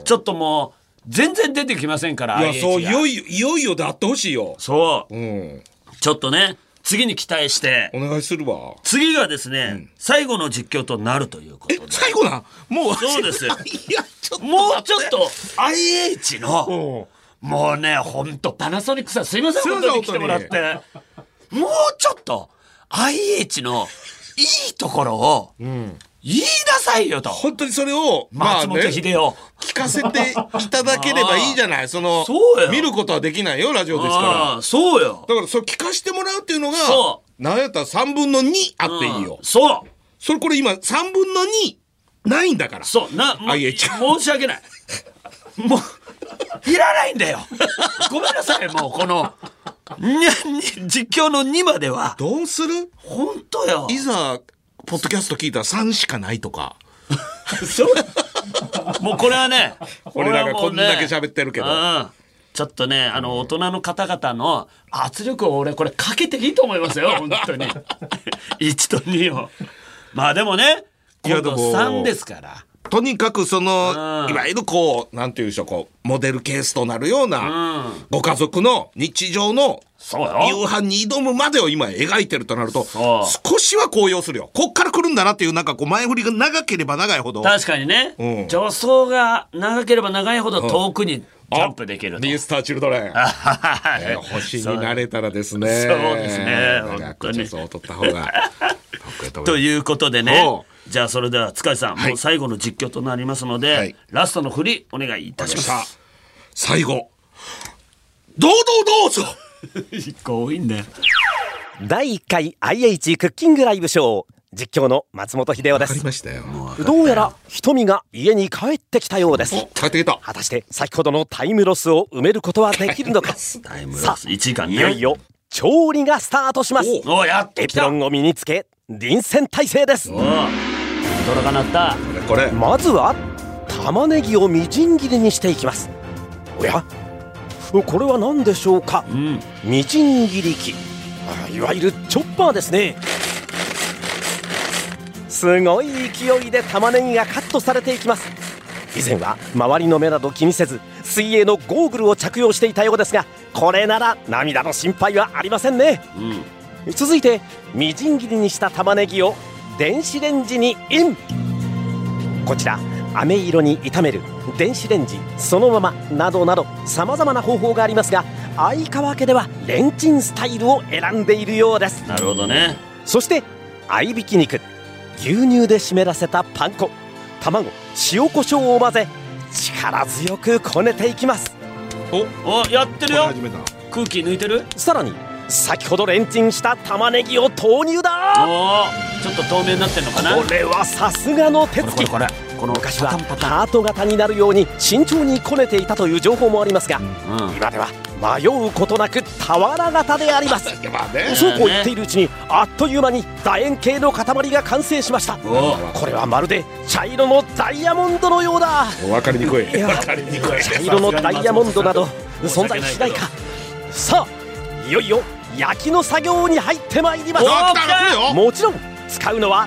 [SPEAKER 1] ちょっともう全然出てきませんから
[SPEAKER 2] いや
[SPEAKER 1] IH が
[SPEAKER 2] そういよいよいよいよであってほしいよ
[SPEAKER 1] そう
[SPEAKER 2] うん
[SPEAKER 1] ちょっとね次に期待して
[SPEAKER 2] お願いするわ
[SPEAKER 1] 次がですね、最後の実況となるということ
[SPEAKER 2] え
[SPEAKER 1] で
[SPEAKER 2] 最後なんもう
[SPEAKER 1] そうです
[SPEAKER 2] い
[SPEAKER 1] よ
[SPEAKER 2] やちょっと
[SPEAKER 1] もう
[SPEAKER 2] 待
[SPEAKER 1] ちょっと IH
[SPEAKER 2] う
[SPEAKER 1] の
[SPEAKER 2] ん
[SPEAKER 1] もうねほんとパナソニックさんすいません
[SPEAKER 2] すいま
[SPEAKER 1] 本
[SPEAKER 2] せん
[SPEAKER 1] 当に来てもらってもうちょっと IH のいいところを言いなさいよと、
[SPEAKER 2] 本当にそれをまあ
[SPEAKER 1] 松本
[SPEAKER 2] ね
[SPEAKER 1] 秀夫、
[SPEAKER 2] 聞かせていただければいいじゃないその
[SPEAKER 1] そうよ
[SPEAKER 2] 見ることはできないよラジオです
[SPEAKER 1] あ
[SPEAKER 2] か
[SPEAKER 1] あそうよ
[SPEAKER 2] らだからそれ聞かせてもらうっていうのが
[SPEAKER 1] そ
[SPEAKER 2] なんやったら3分の2あっていいよ
[SPEAKER 1] うんそう
[SPEAKER 2] それこれ今3分の2ないんだから
[SPEAKER 1] そうなもう
[SPEAKER 2] IH
[SPEAKER 1] 申し訳ないもういらないんだよごめんなさいもうこのにゃに実況の2までは
[SPEAKER 2] どうする
[SPEAKER 1] 本当よ
[SPEAKER 2] いざポッドキャスト聞いたら3しかないとか
[SPEAKER 1] もうこれはね
[SPEAKER 2] 俺ら
[SPEAKER 1] これは
[SPEAKER 2] が
[SPEAKER 1] も
[SPEAKER 2] こ
[SPEAKER 1] うんね
[SPEAKER 2] だけ喋ってるけど
[SPEAKER 1] うんちょっとねあの大人の方々の圧力を俺これかけていいと思います よ本当に1と2をまあでもね
[SPEAKER 2] いや
[SPEAKER 1] 今度
[SPEAKER 2] でも
[SPEAKER 1] 3ですから
[SPEAKER 2] とにかくそ
[SPEAKER 1] うん
[SPEAKER 2] のいわゆるこうなんていうんでしょうこうモデルケースとなるような、
[SPEAKER 1] うん
[SPEAKER 2] ご家族の日常の
[SPEAKER 1] そうよ
[SPEAKER 2] 夕飯に挑むまでを今描いてるとなると
[SPEAKER 1] そ
[SPEAKER 2] 少
[SPEAKER 1] う
[SPEAKER 2] しは高揚するよこっから来るんだなっていうなんかこう前振りが長ければ長いほど
[SPEAKER 1] 確かにね、
[SPEAKER 2] うん
[SPEAKER 1] 助走が長ければ長いほど遠くにジャンプできると。
[SPEAKER 2] ミスターチルドレン、
[SPEAKER 1] はい
[SPEAKER 2] えー星になれたらですね
[SPEAKER 1] そうですね
[SPEAKER 2] 長
[SPEAKER 1] 本当
[SPEAKER 2] く
[SPEAKER 1] に
[SPEAKER 2] ちょっとそう取った方が得意と思
[SPEAKER 1] と
[SPEAKER 2] いま
[SPEAKER 1] いうことでね
[SPEAKER 2] おう
[SPEAKER 1] じゃあそれでは塚地さん、
[SPEAKER 2] い
[SPEAKER 1] もう最後の実況となりますので、
[SPEAKER 2] はい
[SPEAKER 1] ラストの振りお願いいたし
[SPEAKER 2] す
[SPEAKER 1] ます。
[SPEAKER 2] さあ最後堂々どうぞ
[SPEAKER 1] 多いんだよ。
[SPEAKER 6] 第1回 IH クッキングライブショー実況の松本秀夫で
[SPEAKER 2] あり
[SPEAKER 6] す
[SPEAKER 2] ましたよ
[SPEAKER 6] どうやら瞳が家に帰ってきたようです
[SPEAKER 2] お帰ってきた
[SPEAKER 6] 果たして先ほどのタイムロスを埋めることはできる のか
[SPEAKER 1] タイム
[SPEAKER 6] さ
[SPEAKER 1] ラ
[SPEAKER 6] あ
[SPEAKER 1] ス1時間ね。
[SPEAKER 6] いよいよ調理がスタートします
[SPEAKER 1] おおやっと
[SPEAKER 6] エ
[SPEAKER 1] 来
[SPEAKER 6] プロ
[SPEAKER 1] た。
[SPEAKER 6] ンを身につけ臨戦態勢です
[SPEAKER 1] おう泥が鳴った。
[SPEAKER 2] これ
[SPEAKER 6] まずは玉ねぎをみじん切りにしていきますおやこれは何でしょうか
[SPEAKER 1] うん。
[SPEAKER 6] みじん切り機あいわゆるチョッパーですねすごい勢いで玉ねぎがカットされていきます以前は周りの目など気にせず水泳のゴーグルを着用していたようですがこれなら涙の心配はありませんね
[SPEAKER 1] うん。
[SPEAKER 6] 続いてみじん切りにした玉ねぎを電子レンジにインこちら飴色に炒める電子レンジそのままなどなどさまざまな方法がありますが相川家ではレンチンスタイルを選んでいるようです
[SPEAKER 1] なるほどね。
[SPEAKER 6] そして合いびき肉牛乳で湿らせたパン粉卵塩コショウを混ぜ力強くこねていきます
[SPEAKER 1] おやってるよ
[SPEAKER 2] 始。めた
[SPEAKER 1] 空気抜いてる。
[SPEAKER 6] さらに先ほどレンチンした玉ねぎを投入だ
[SPEAKER 1] おおちょっと透明になってんのかな。
[SPEAKER 6] これはさすがの手つき
[SPEAKER 1] これこの
[SPEAKER 6] 昔は
[SPEAKER 1] パタンパタン
[SPEAKER 6] ハート型になるように慎重にこねていたという情報もありますが
[SPEAKER 1] うん
[SPEAKER 6] 今では迷うことなく俵型であります
[SPEAKER 2] いやまあね
[SPEAKER 6] そうこう言っているうちにあっという間に楕円形の塊が完成しました
[SPEAKER 1] おう
[SPEAKER 6] これはまるで茶色のダイヤモンドのようだ
[SPEAKER 2] 分かりにくい
[SPEAKER 6] いや
[SPEAKER 2] 分かりにくい
[SPEAKER 6] 茶色のダイヤモンドなど存在しないかさあいよいよ焼きの作業に入ってまいります
[SPEAKER 2] おー来た来るよ
[SPEAKER 6] もちろん使うのは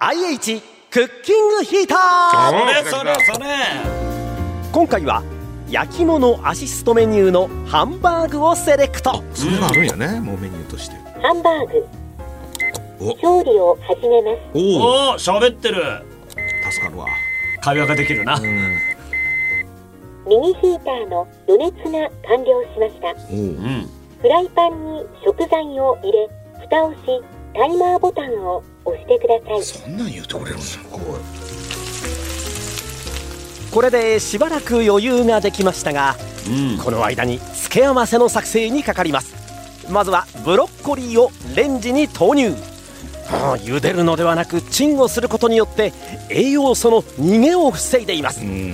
[SPEAKER 6] IH クッキングヒーター
[SPEAKER 1] それそれそれ。
[SPEAKER 6] 今回は焼き物アシストメニューのハンバーグをセレクト
[SPEAKER 2] それがあるんやねもうメニューとして
[SPEAKER 8] ハンバーグ
[SPEAKER 2] お
[SPEAKER 8] 調理を始めます
[SPEAKER 2] おお
[SPEAKER 1] おお喋ってる。
[SPEAKER 2] 助かるわ
[SPEAKER 1] 会話ができるな。
[SPEAKER 8] ミニヒーターの予熱が完了しました
[SPEAKER 2] お
[SPEAKER 1] う
[SPEAKER 2] お
[SPEAKER 1] ん。
[SPEAKER 8] フライパンに食材を入れ蓋をしタイマーボタンを押してください
[SPEAKER 2] そんなん言うてくれるんだこ
[SPEAKER 6] これでしばらく余裕ができましたが
[SPEAKER 1] うん。
[SPEAKER 6] この間に付け合わせの作成にかかりますまずはブロッコリーをレンジに投入ああ茹でるのではなくチンをすることによって栄養素の逃げを防いでいますこれに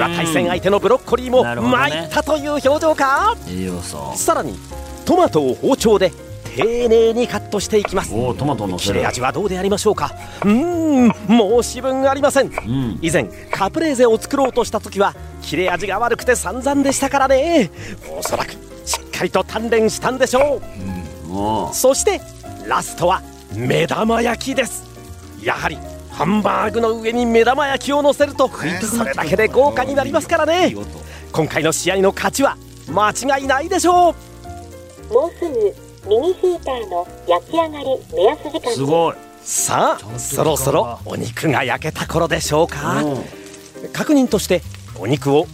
[SPEAKER 6] は対戦相手のブロッコリーも
[SPEAKER 1] なるほどね
[SPEAKER 6] 参ったという表情か
[SPEAKER 1] 栄養素
[SPEAKER 6] さらにトマトを包丁で丁寧にカットしていきます
[SPEAKER 1] おおトマトのせ
[SPEAKER 6] 切
[SPEAKER 1] る
[SPEAKER 6] れ味はどうでありましょうかうーん申し分ありません、
[SPEAKER 1] ん
[SPEAKER 6] 以前カプレーゼを作ろうとした時は切れ味が悪くて散々でしたからねおそらくしっかりと鍛錬したんでしょう
[SPEAKER 1] おう
[SPEAKER 6] そしてラストは目玉焼きですやはりハンバーグの上に目玉焼きを乗せるとそれだけで豪華になりますからね今回の試合の勝ちは間違いないでしょう
[SPEAKER 8] もうすぐミニヒーターの焼き上がり目安時間です
[SPEAKER 1] ごい
[SPEAKER 6] さあそろそろお肉が焼けた頃でしょうか、確認としてお肉を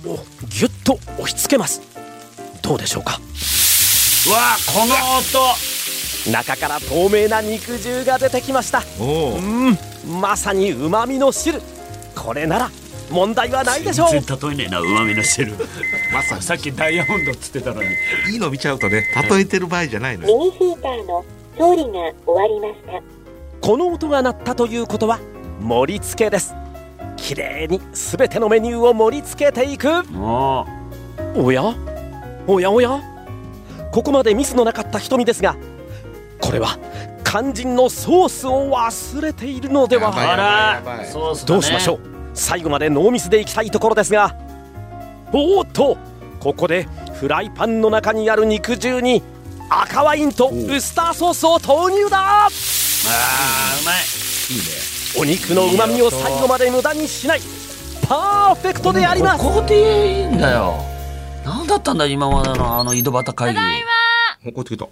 [SPEAKER 6] ぎゅっと押し付けますどうでしょうか
[SPEAKER 1] うわこの音
[SPEAKER 6] 中から透明な肉汁が出てきましたうんまさにうまみの汁これなら問題はないでしょう
[SPEAKER 1] 全然例えねえなうまみの汁 まささっきダイヤモンドっつってたのに
[SPEAKER 11] いいの見ちゃうとね例えてる場合じゃないの
[SPEAKER 8] ミニヒーターの調理が終わりました
[SPEAKER 6] この音が鳴ったということは盛り付けです綺麗にすべてのメニューを盛り付けていくおやおやおやここまでミスのなかった瞳ですがこれは肝心のソースを忘れているのでは
[SPEAKER 1] あら
[SPEAKER 6] どうしましょう最後までノーミスでいきたいところですがおーっとここでフライパンの中にある肉汁に赤ワインとウスターソースを投入だあ
[SPEAKER 1] ーうまい
[SPEAKER 11] いいね
[SPEAKER 6] お肉のうまみを最後まで無駄にしないパーフェクトであります
[SPEAKER 1] ここでいいんだよ何だったんだ今までのあの井戸端会議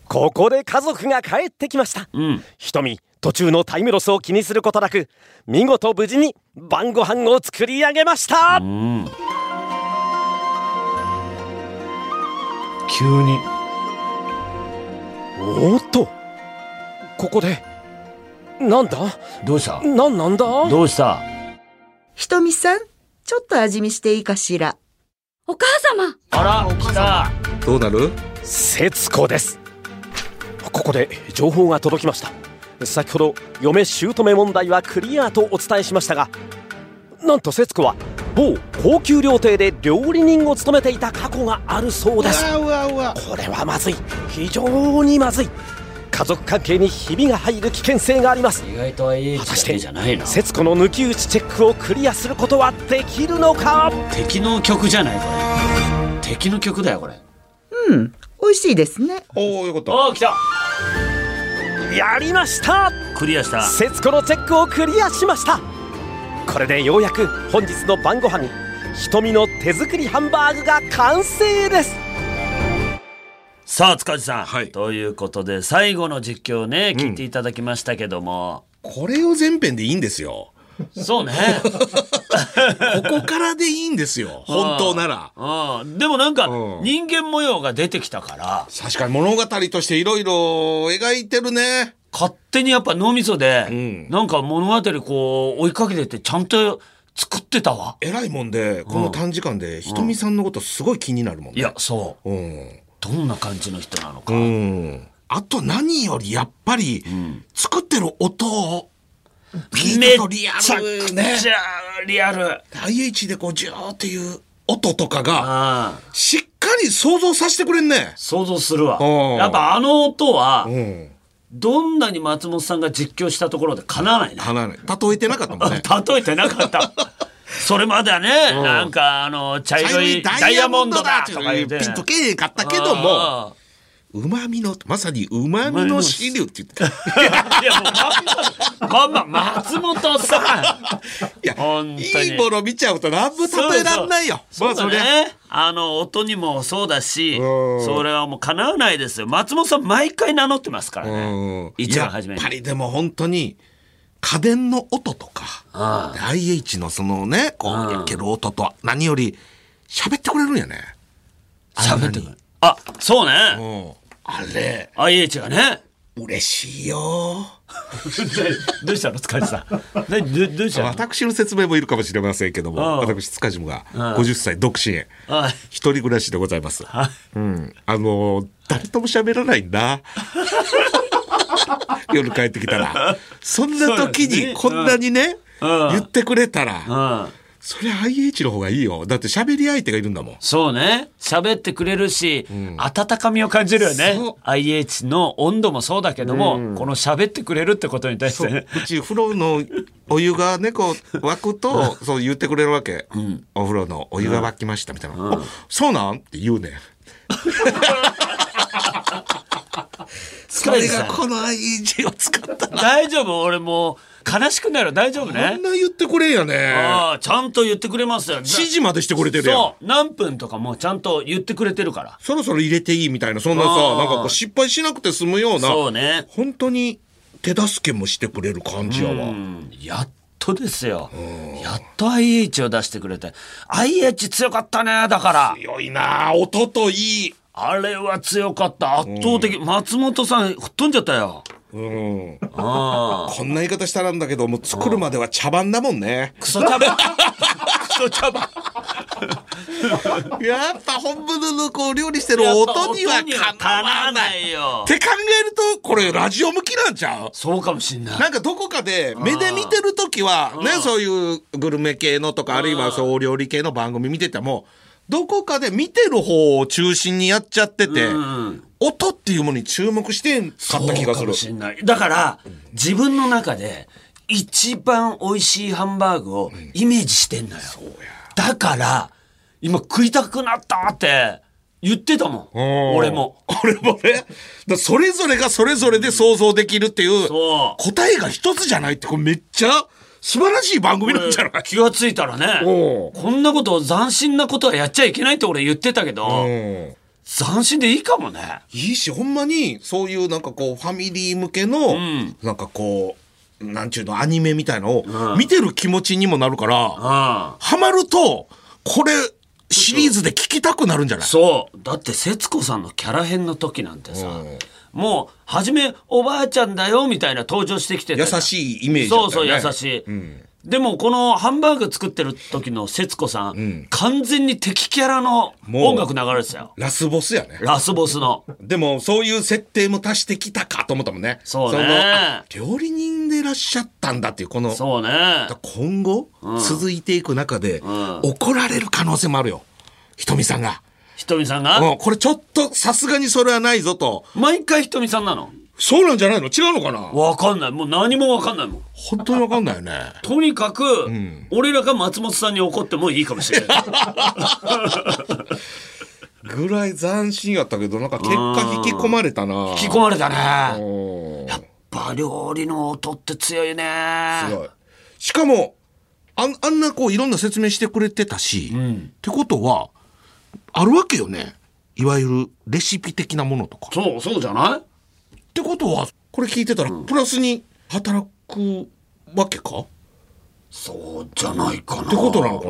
[SPEAKER 6] ここで家族が帰ってきました、うん、ひとみ途中のタイムロスを気にすることなく見事無事に晩ご飯を作り上げました、うん、
[SPEAKER 1] 急に
[SPEAKER 6] おっとここでなんだ
[SPEAKER 1] どうした
[SPEAKER 6] なんなんだ
[SPEAKER 1] どうした
[SPEAKER 12] ひとみさんちょっと味見していいかしら
[SPEAKER 4] お母様
[SPEAKER 1] あら来た
[SPEAKER 11] どうなる
[SPEAKER 6] 節子ですここで情報が届きました先ほど嫁姑問題はクリアとお伝えしましたがなんと節子は某高級料亭で料理人を務めていた過去があるそうですこれはまずい非常にまずい家族関係にひびが入る危険性があります
[SPEAKER 1] 意外とはいい
[SPEAKER 6] 果たして節子の抜き打ちチェックをクリアすることはできるのか
[SPEAKER 1] 敵の曲じゃないこれ敵の曲だよこれ
[SPEAKER 12] うん美味しいですね
[SPEAKER 11] おおよかった
[SPEAKER 1] おお来た
[SPEAKER 6] やりました
[SPEAKER 1] クリアした
[SPEAKER 6] 節子のチェックをクリアしましたこれでようやく本日の晩ご飯瞳の手作りハンバーグが完成です
[SPEAKER 1] さあ塚地さん、はい、ということで最後の実況ね聞いていただきましたけども、
[SPEAKER 2] うん、これを全編でいいんですよ
[SPEAKER 1] そうね
[SPEAKER 2] ここからでいいんですよ本当なら
[SPEAKER 1] でもなんか人間模様が出てきたから
[SPEAKER 2] 確かに物語としていろいろ描いてるね
[SPEAKER 1] 勝手にやっぱ脳みそで、うん、なんか物語こう追いかけてってちゃんと作ってたわ
[SPEAKER 2] 偉いもんでこの短時間でひとみさんのことすごい気になるもんね、、
[SPEAKER 1] いやそう、うんどんな感じの人なのか。うん
[SPEAKER 2] あと何よりやっぱり、うん、作ってる音を、
[SPEAKER 1] めっちゃくちゃリアル。
[SPEAKER 2] IH でこうジューっていう音とかが、しっかり想像させてくれんね。
[SPEAKER 1] 想像するわ。やっぱあの音は、うん、どんなに松本さんが実況したところでかなわないね。
[SPEAKER 2] かなわない。例えてなかったもん ね。
[SPEAKER 1] 例えてなかった。 それまではね、うん、なんかあの茶色いダイヤモンドだとか言って
[SPEAKER 2] ピンとけえかったけどもうまみのまさにうまみの汁って言ってた
[SPEAKER 1] いやもうまんま松本 さん
[SPEAKER 2] いやいいもの見ちゃうと何も例えらんないよ
[SPEAKER 1] そうそう、まあ、そねあの音にもそうだしそれはもうかなわないですよ松本さん毎回名乗ってますからね一番初め
[SPEAKER 2] にやっぱりでも本当に家電の音とか、IH のそのね、こう、やける音と、何より、喋ってくれるんやね。
[SPEAKER 1] 喋ってくれる。あ、そうね。
[SPEAKER 2] あれ。
[SPEAKER 1] IH がね。
[SPEAKER 2] 嬉しいよ。
[SPEAKER 1] どうしたの塚地さん。どどうした
[SPEAKER 11] 私の説明もいるかもしれませんけども、私塚地が50歳独身、一人暮らしでございます。うん、あの誰とも喋らないん だ。夜帰ってきたら。そんな時にこんなにね、言ってくれたら、それ IH の方がいいよ。だって喋り相手がいるんだもん。
[SPEAKER 1] そうね。喋ってくれるし、温かみを感じるよね。IH の温度もそうだけども、この喋ってくれるってことに対してね。
[SPEAKER 11] うち風呂のお湯がね、 こう沸くと、そう言ってくれるわけ。お風呂のお湯が沸きましたみたいな。そうなんって言う ね。
[SPEAKER 2] それがこの IEG を使った
[SPEAKER 1] 大丈夫俺もう悲しくなる大丈夫ね
[SPEAKER 2] あんな言ってくれんやね
[SPEAKER 1] ああちゃんと言ってくれますよ指
[SPEAKER 2] 示までしてくれてるやん
[SPEAKER 1] そう何分とかもうちゃんと言ってくれてるから
[SPEAKER 2] そろそろ入れていいみたいなそんなさ
[SPEAKER 1] あー
[SPEAKER 2] なんかこう失敗しなくて済むような
[SPEAKER 1] そうね
[SPEAKER 2] 本当に手助けもしてくれる感じやわ
[SPEAKER 1] やっとですよやっと IH を出してくれて IH 強かったねだから
[SPEAKER 2] 強いな音といい
[SPEAKER 1] あれは強かった圧倒的、松本さん吹っ飛んじゃったよ
[SPEAKER 2] うん
[SPEAKER 1] あ
[SPEAKER 2] こんな言い方したらなんだけどもう作るまでは茶番だもんね
[SPEAKER 1] クソ 茶番クソ茶番
[SPEAKER 2] やっぱ本物のこう料理してる音には
[SPEAKER 1] かなわないよ
[SPEAKER 2] って考えるとこれラジオ向きなんちゃう
[SPEAKER 1] そうかもしんない
[SPEAKER 2] なんかどこかで目で見てる時はねそういうグルメ系のとかあるいはそう料理系の番組見ててもどこかで見てる方を中心にやっちゃってて音っていうものに注目してんかった気がする
[SPEAKER 1] しんないだから自分の中で一番美味しいハンバーグをイメージしてんのよ、だから今食いたくなったって言ってたもん俺も
[SPEAKER 2] 俺もねだからそれぞれがそれぞれで想像できるっていう答えが一つじゃないってこれめっちゃ素晴らしい番組なんじゃない
[SPEAKER 1] 気がついたらねこんなこと斬新なことはやっちゃいけないって俺言ってたけど斬新でいいかもね
[SPEAKER 2] いいしほんまにそういうなんかこうファミリー向けの、なんかこうなんちゅうのアニメみたいのを見てる気持ちにもなるから、
[SPEAKER 1] ハ
[SPEAKER 2] マるとこれシリーズで聞きたくなるんじゃない
[SPEAKER 1] そうだって節子さんのキャラ編の時なんてさ、もう初めおばあちゃんだよみたいな登場してきてた優
[SPEAKER 2] しいイメージだった
[SPEAKER 1] そ
[SPEAKER 2] よ
[SPEAKER 1] う
[SPEAKER 2] ね
[SPEAKER 1] そう優しい、でもこのハンバーグ作ってる時の節子さん、完全に敵キャラの
[SPEAKER 2] もう
[SPEAKER 1] 音楽流れてたよ
[SPEAKER 2] ラスボスやね
[SPEAKER 1] ラスボスの
[SPEAKER 2] でもそういう設定も足してきたかと思ったもんね
[SPEAKER 1] そうね
[SPEAKER 2] のあ料理人でいらっしゃったんだっていうこの
[SPEAKER 1] そうね
[SPEAKER 2] 今後、
[SPEAKER 1] うん
[SPEAKER 2] 続いていく中で、怒られる可能性もあるよひとみさんが
[SPEAKER 1] ひとみさんが
[SPEAKER 2] うんこれちょっとさすがにそれはないぞと
[SPEAKER 1] 毎回ひとみさんなの
[SPEAKER 2] そうなんじゃないの違うのかな
[SPEAKER 1] わかんないもう何もわかんないもん
[SPEAKER 2] 本当にわかんないよね
[SPEAKER 1] とにかく、俺らが松本さんに怒ってもいいかもしれない
[SPEAKER 2] ぐらい斬新やったけどなんか結果引き込まれたな
[SPEAKER 1] 引き込まれたね
[SPEAKER 2] ねやっ
[SPEAKER 1] ぱ料理の音って強いね
[SPEAKER 2] 強いしかもあんあんなこういろんな説明してくれてたし、ってことはあるわけよねいわゆるレシピ的なものとか
[SPEAKER 1] そうそうじゃない
[SPEAKER 2] ってことはこれ聞いてたらプラスに働くわけか、
[SPEAKER 1] そうじゃないかな
[SPEAKER 2] ってことなのか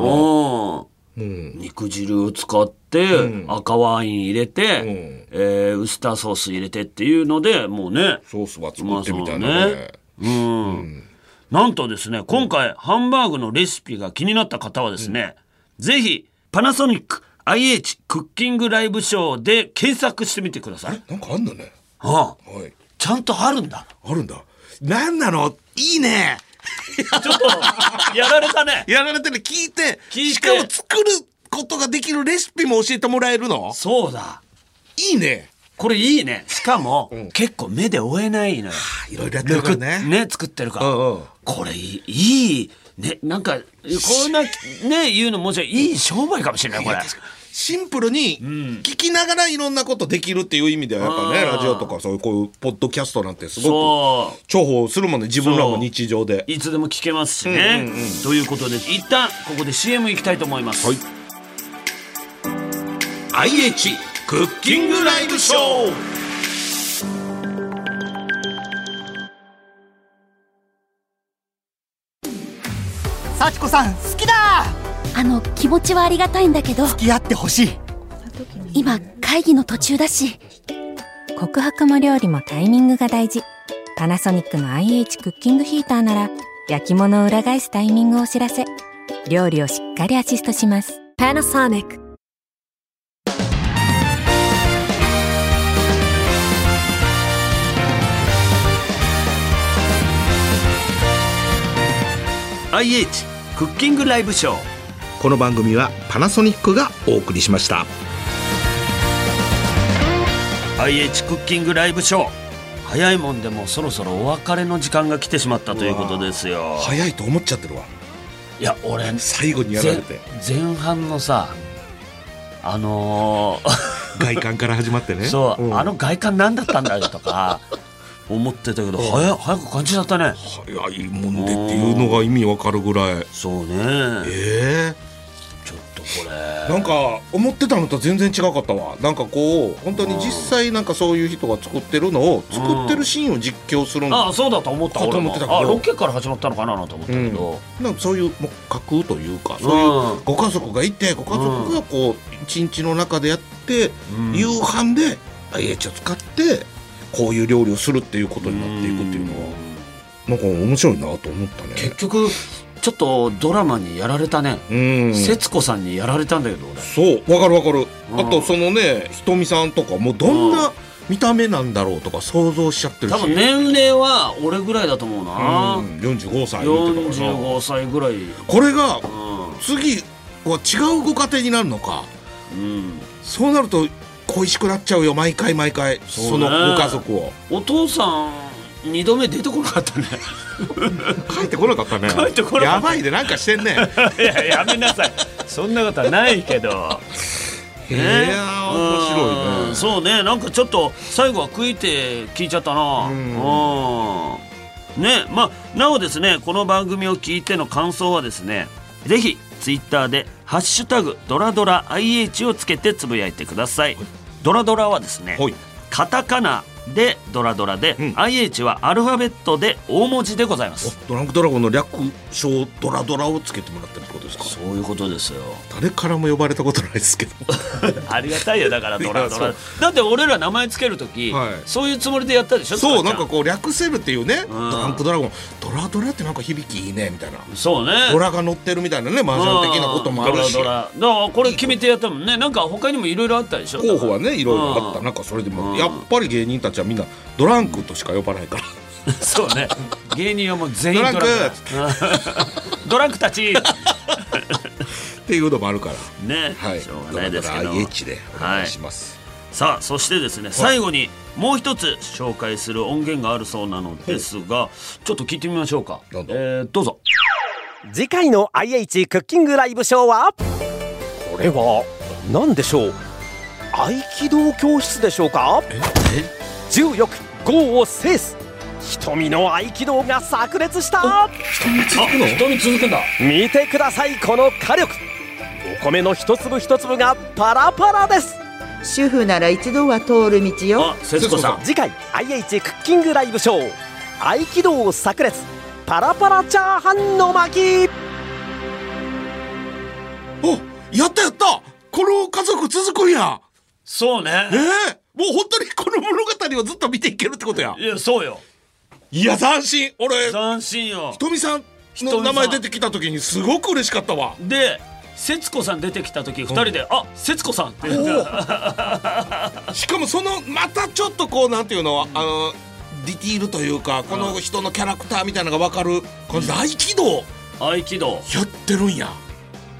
[SPEAKER 2] な
[SPEAKER 1] うん、肉汁を使って赤ワイン入れて、えーウスターソース入れてっていうのでもうね
[SPEAKER 2] ソースは
[SPEAKER 1] 作
[SPEAKER 2] ってみたいな
[SPEAKER 1] ねうん、なんとですね今回、ハンバーグのレシピが気になった方はですね、ぜひパナソニック IH クッキングライブショーで検索してみてください
[SPEAKER 2] なんかあんだね
[SPEAKER 1] ああ
[SPEAKER 2] はい、
[SPEAKER 1] ちゃんとあるんだ
[SPEAKER 2] あるんだなんなのいいね
[SPEAKER 1] ちょっとやられたね
[SPEAKER 2] やられてね聞いて
[SPEAKER 1] 聞いて
[SPEAKER 2] しかも作ることができるレシピも教えてもらえる の
[SPEAKER 1] そうだ
[SPEAKER 2] いいね
[SPEAKER 1] これいいねしかも、結構目で追えないのよ
[SPEAKER 2] いろいろやってるからね
[SPEAKER 1] ね作ってるから、これいいいいねなんかこんなね言うのもちろんいい商売かもしれないこれ
[SPEAKER 2] シンプルに聞きながらいろんなことできるっていう意味ではやっぱね
[SPEAKER 1] うん
[SPEAKER 2] ラジオとかそういうこういうポッドキャストなんてす
[SPEAKER 1] ご
[SPEAKER 2] く重宝するもんね自分らも日常で
[SPEAKER 1] いつでも聞けますしね、
[SPEAKER 2] うんうんうん
[SPEAKER 1] ということで一旦ここで CM 行きたいと思います、
[SPEAKER 2] IH クッキングライブショー
[SPEAKER 3] 幸子さん好きだ
[SPEAKER 5] あの気持ちはありがたいんだけど付
[SPEAKER 3] き合ってほしい
[SPEAKER 5] 今会議の途中だし告白も料理もタイミングが大事パナソニックの IH クッキングヒーターなら焼き物を裏返すタイミングをお知らせ料理をしっかりアシストしますパナソニック
[SPEAKER 1] うん IH クッキングライブショー
[SPEAKER 2] この番組はパナソニックがお送りしました
[SPEAKER 1] IH クッキングライブショー早いもんでもうそろそろお別れの時間が来てしまったということですよ
[SPEAKER 2] 早いと思っちゃってるわ
[SPEAKER 1] いや俺
[SPEAKER 2] 最後にやられて
[SPEAKER 1] 前前半のさあのー
[SPEAKER 2] 外観から始まってね
[SPEAKER 1] そう、あの外観何だったんだよとか思ってたけど早早く感じちゃったね
[SPEAKER 2] 早いもんでっていうのが意味わかるぐらい
[SPEAKER 1] そうね
[SPEAKER 2] ええ
[SPEAKER 1] ちょっとこれ
[SPEAKER 2] なんか思ってたのと全然違かったわなんかこう本当に実際なんかそういう人が作ってるのを作ってるシーンを実況するの
[SPEAKER 1] あそうだと思った
[SPEAKER 2] かと
[SPEAKER 1] 俺
[SPEAKER 2] 思
[SPEAKER 1] も
[SPEAKER 2] ってたけど
[SPEAKER 1] あロケから始まったのかなと思ったけど、
[SPEAKER 2] なんかそういうもう架空というかそういうご家族がいてご家族がこう一日の中でやって、夕飯で IH を使ってこういう料理をするっていうことになっていくっていうのは、なんか面白いなと思ったね
[SPEAKER 1] 結局ちょっとドラマにやられたね節子さんにやられたんだけど俺
[SPEAKER 2] そうわかるわかる、
[SPEAKER 1] うん
[SPEAKER 2] あとそのねひとみさんとかもうどんな見た目なんだろうとか想像しちゃってるし
[SPEAKER 1] 多分年齢は俺ぐらいだと思うな、
[SPEAKER 2] うん45歳言ってたからな
[SPEAKER 1] 45歳ぐらい
[SPEAKER 2] これが次は違うご家庭になるのか、そうなると恋しくなっちゃうよ毎回毎回そ,、
[SPEAKER 1] そうね
[SPEAKER 2] のご家族を
[SPEAKER 1] お父さん二度目出てこなかったね
[SPEAKER 2] 帰ってこなかったね
[SPEAKER 1] 帰ってこなかった
[SPEAKER 2] やばいでなんかしてん ね
[SPEAKER 1] いややめなさいそんなことはないけど
[SPEAKER 2] へえ面白いね
[SPEAKER 1] うんそうねなんかちょっと最後は悔いて聞いちゃったなうんねまあなおですねこの番組を聞いての感想はですねぜひツイッターで「ハッシュタグドラドラ IH」をつけてつぶやいてくださいドラドラはですねカタカナでドラドラで、IH はアルファベットで大文字でございます
[SPEAKER 2] ドランクドラゴンの略称ドラドラをつけてもらってるってことですかそう
[SPEAKER 1] いうことですよ
[SPEAKER 2] 誰からも呼ばれたことないですけ ど
[SPEAKER 1] ありがたいよだからドラド
[SPEAKER 2] い
[SPEAKER 1] ラ
[SPEAKER 2] やそ
[SPEAKER 1] だって俺ら名前つける時、そういうつもりでやったでしょ
[SPEAKER 2] そう
[SPEAKER 1] 塚
[SPEAKER 2] な
[SPEAKER 1] ち
[SPEAKER 2] ん
[SPEAKER 1] ゃ
[SPEAKER 2] かこう略せるっていうね、
[SPEAKER 1] うん
[SPEAKER 2] ドランクドラゴンドラドラってなんか響きいいねみたいな
[SPEAKER 1] そうね
[SPEAKER 2] ドラが乗ってるみたいなねマージャン的なこともあるし
[SPEAKER 1] ドラドラだからこれ決めてやったもんねなんか他にもいろいろあったでしょ
[SPEAKER 2] 候補はねいろいろあった
[SPEAKER 1] うん
[SPEAKER 2] 中それでもやっぱり芸人たちはみんなドランクとしか呼ばないから
[SPEAKER 1] そうね芸人はもう全員ドランク
[SPEAKER 2] ドラン
[SPEAKER 1] ドランクたち
[SPEAKER 2] っていうのもあるから
[SPEAKER 1] ね、
[SPEAKER 2] はい
[SPEAKER 1] しょうがないですけ
[SPEAKER 2] ドラ
[SPEAKER 1] ど
[SPEAKER 2] ドラ IH でお願いします、
[SPEAKER 1] さあそしてですね最後にもう一つ紹介する音源があるそうなのですがちょっと聞いてみましょうかどう,、えーどうぞ
[SPEAKER 6] 次回の IH クッキングライブショーはこれは何でしょう合気道教室でしょうか重力豪を制す瞳の合気道が炸裂した瞳
[SPEAKER 1] 続くの瞳続くんだ
[SPEAKER 6] 見てくださいこの火力お米の一粒一粒がパラパラです
[SPEAKER 3] 主婦なら一度は通る道よ
[SPEAKER 6] 節子さん次回 IH クッキングライブショー合気道炸裂パラパラチャーハンの巻
[SPEAKER 2] おやったやったこの家族続くんや
[SPEAKER 1] そうね
[SPEAKER 2] ええもう本当にこの物語をずっと見ていけるってことや
[SPEAKER 1] いやそうよ
[SPEAKER 2] いや斬新俺
[SPEAKER 1] 斬新よ
[SPEAKER 2] ひとみさんの名前出てきた時にすごく嬉しかったわ
[SPEAKER 1] で節子さん出てきた時二人で「あ節子さん」って
[SPEAKER 2] しかもそのまたちょっとこうなんていうのあのディティールというかこの人のキャラクターみたいなのが分かるこの合気道
[SPEAKER 1] 合気道
[SPEAKER 2] やってるんや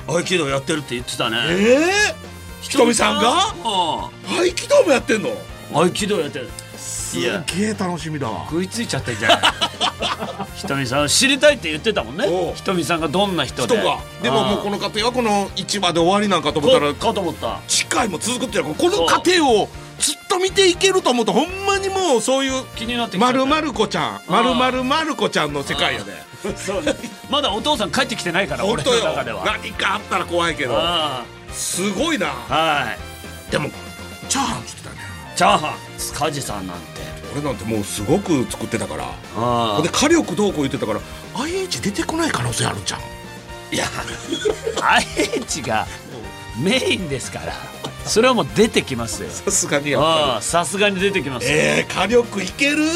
[SPEAKER 1] 合気道やってるって言ってたね
[SPEAKER 2] ええひとみさんが
[SPEAKER 1] 合
[SPEAKER 2] 気道もやってんの
[SPEAKER 1] 合気道やってる
[SPEAKER 2] すっげえ楽しみだわ
[SPEAKER 1] 食いついちゃってんじゃん ひとみさん知りたいって言ってたもんねひとみさんがどんな人
[SPEAKER 2] 人
[SPEAKER 1] で
[SPEAKER 2] がでももうこの家庭はこの市場で終わりなんかと思ったら
[SPEAKER 1] かと思った
[SPEAKER 2] 次回も続くっていうかこの過程をずっと見ていけると思うとほんまにもうそういう
[SPEAKER 1] 気になってきちゃ
[SPEAKER 2] ま
[SPEAKER 1] った
[SPEAKER 2] るまる子ちゃん
[SPEAKER 1] うん
[SPEAKER 2] まるまるまる子ちゃんの世界やで
[SPEAKER 1] うんそうねまだお父さん帰ってきてないから
[SPEAKER 2] 本
[SPEAKER 1] 俺
[SPEAKER 2] 当
[SPEAKER 1] の
[SPEAKER 2] よ
[SPEAKER 1] 中では
[SPEAKER 2] 何かあったら怖いけど
[SPEAKER 1] あ
[SPEAKER 2] すごいな
[SPEAKER 1] はい
[SPEAKER 2] でもチャーハン作ってたね
[SPEAKER 1] チャーハン塚地さんなんて
[SPEAKER 2] 俺なんてもうすごく作ってたから
[SPEAKER 1] あ
[SPEAKER 2] で火力どうこう言ってたから IH 出てこない可能性あるんじゃん
[SPEAKER 1] いや IH がメインですからそれはもう出てきますよさ
[SPEAKER 2] すがに
[SPEAKER 1] やっぱりさすがに出てきますよ
[SPEAKER 2] えー、火力いける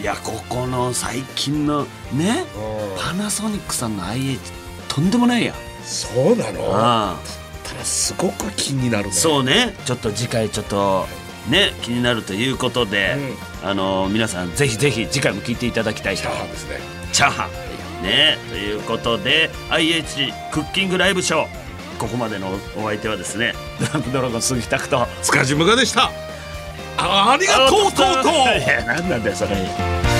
[SPEAKER 1] いやここの最近のねパナソニックさんの IH とんでもないや
[SPEAKER 2] そうなの
[SPEAKER 1] あ
[SPEAKER 2] ただすごく気になるね
[SPEAKER 1] そうねちょっと次回ちょっとね気になるということで、あの皆さんぜひぜひ次回も聞いていただきたいとチャーハン
[SPEAKER 2] ですね
[SPEAKER 1] チャーハンねということで IH クッキングライブショーここまでのお相手はですねドランクドラゴン杉田と
[SPEAKER 2] 塚地無我でしたあありがとうとうとう
[SPEAKER 1] いや何なんだよそれ。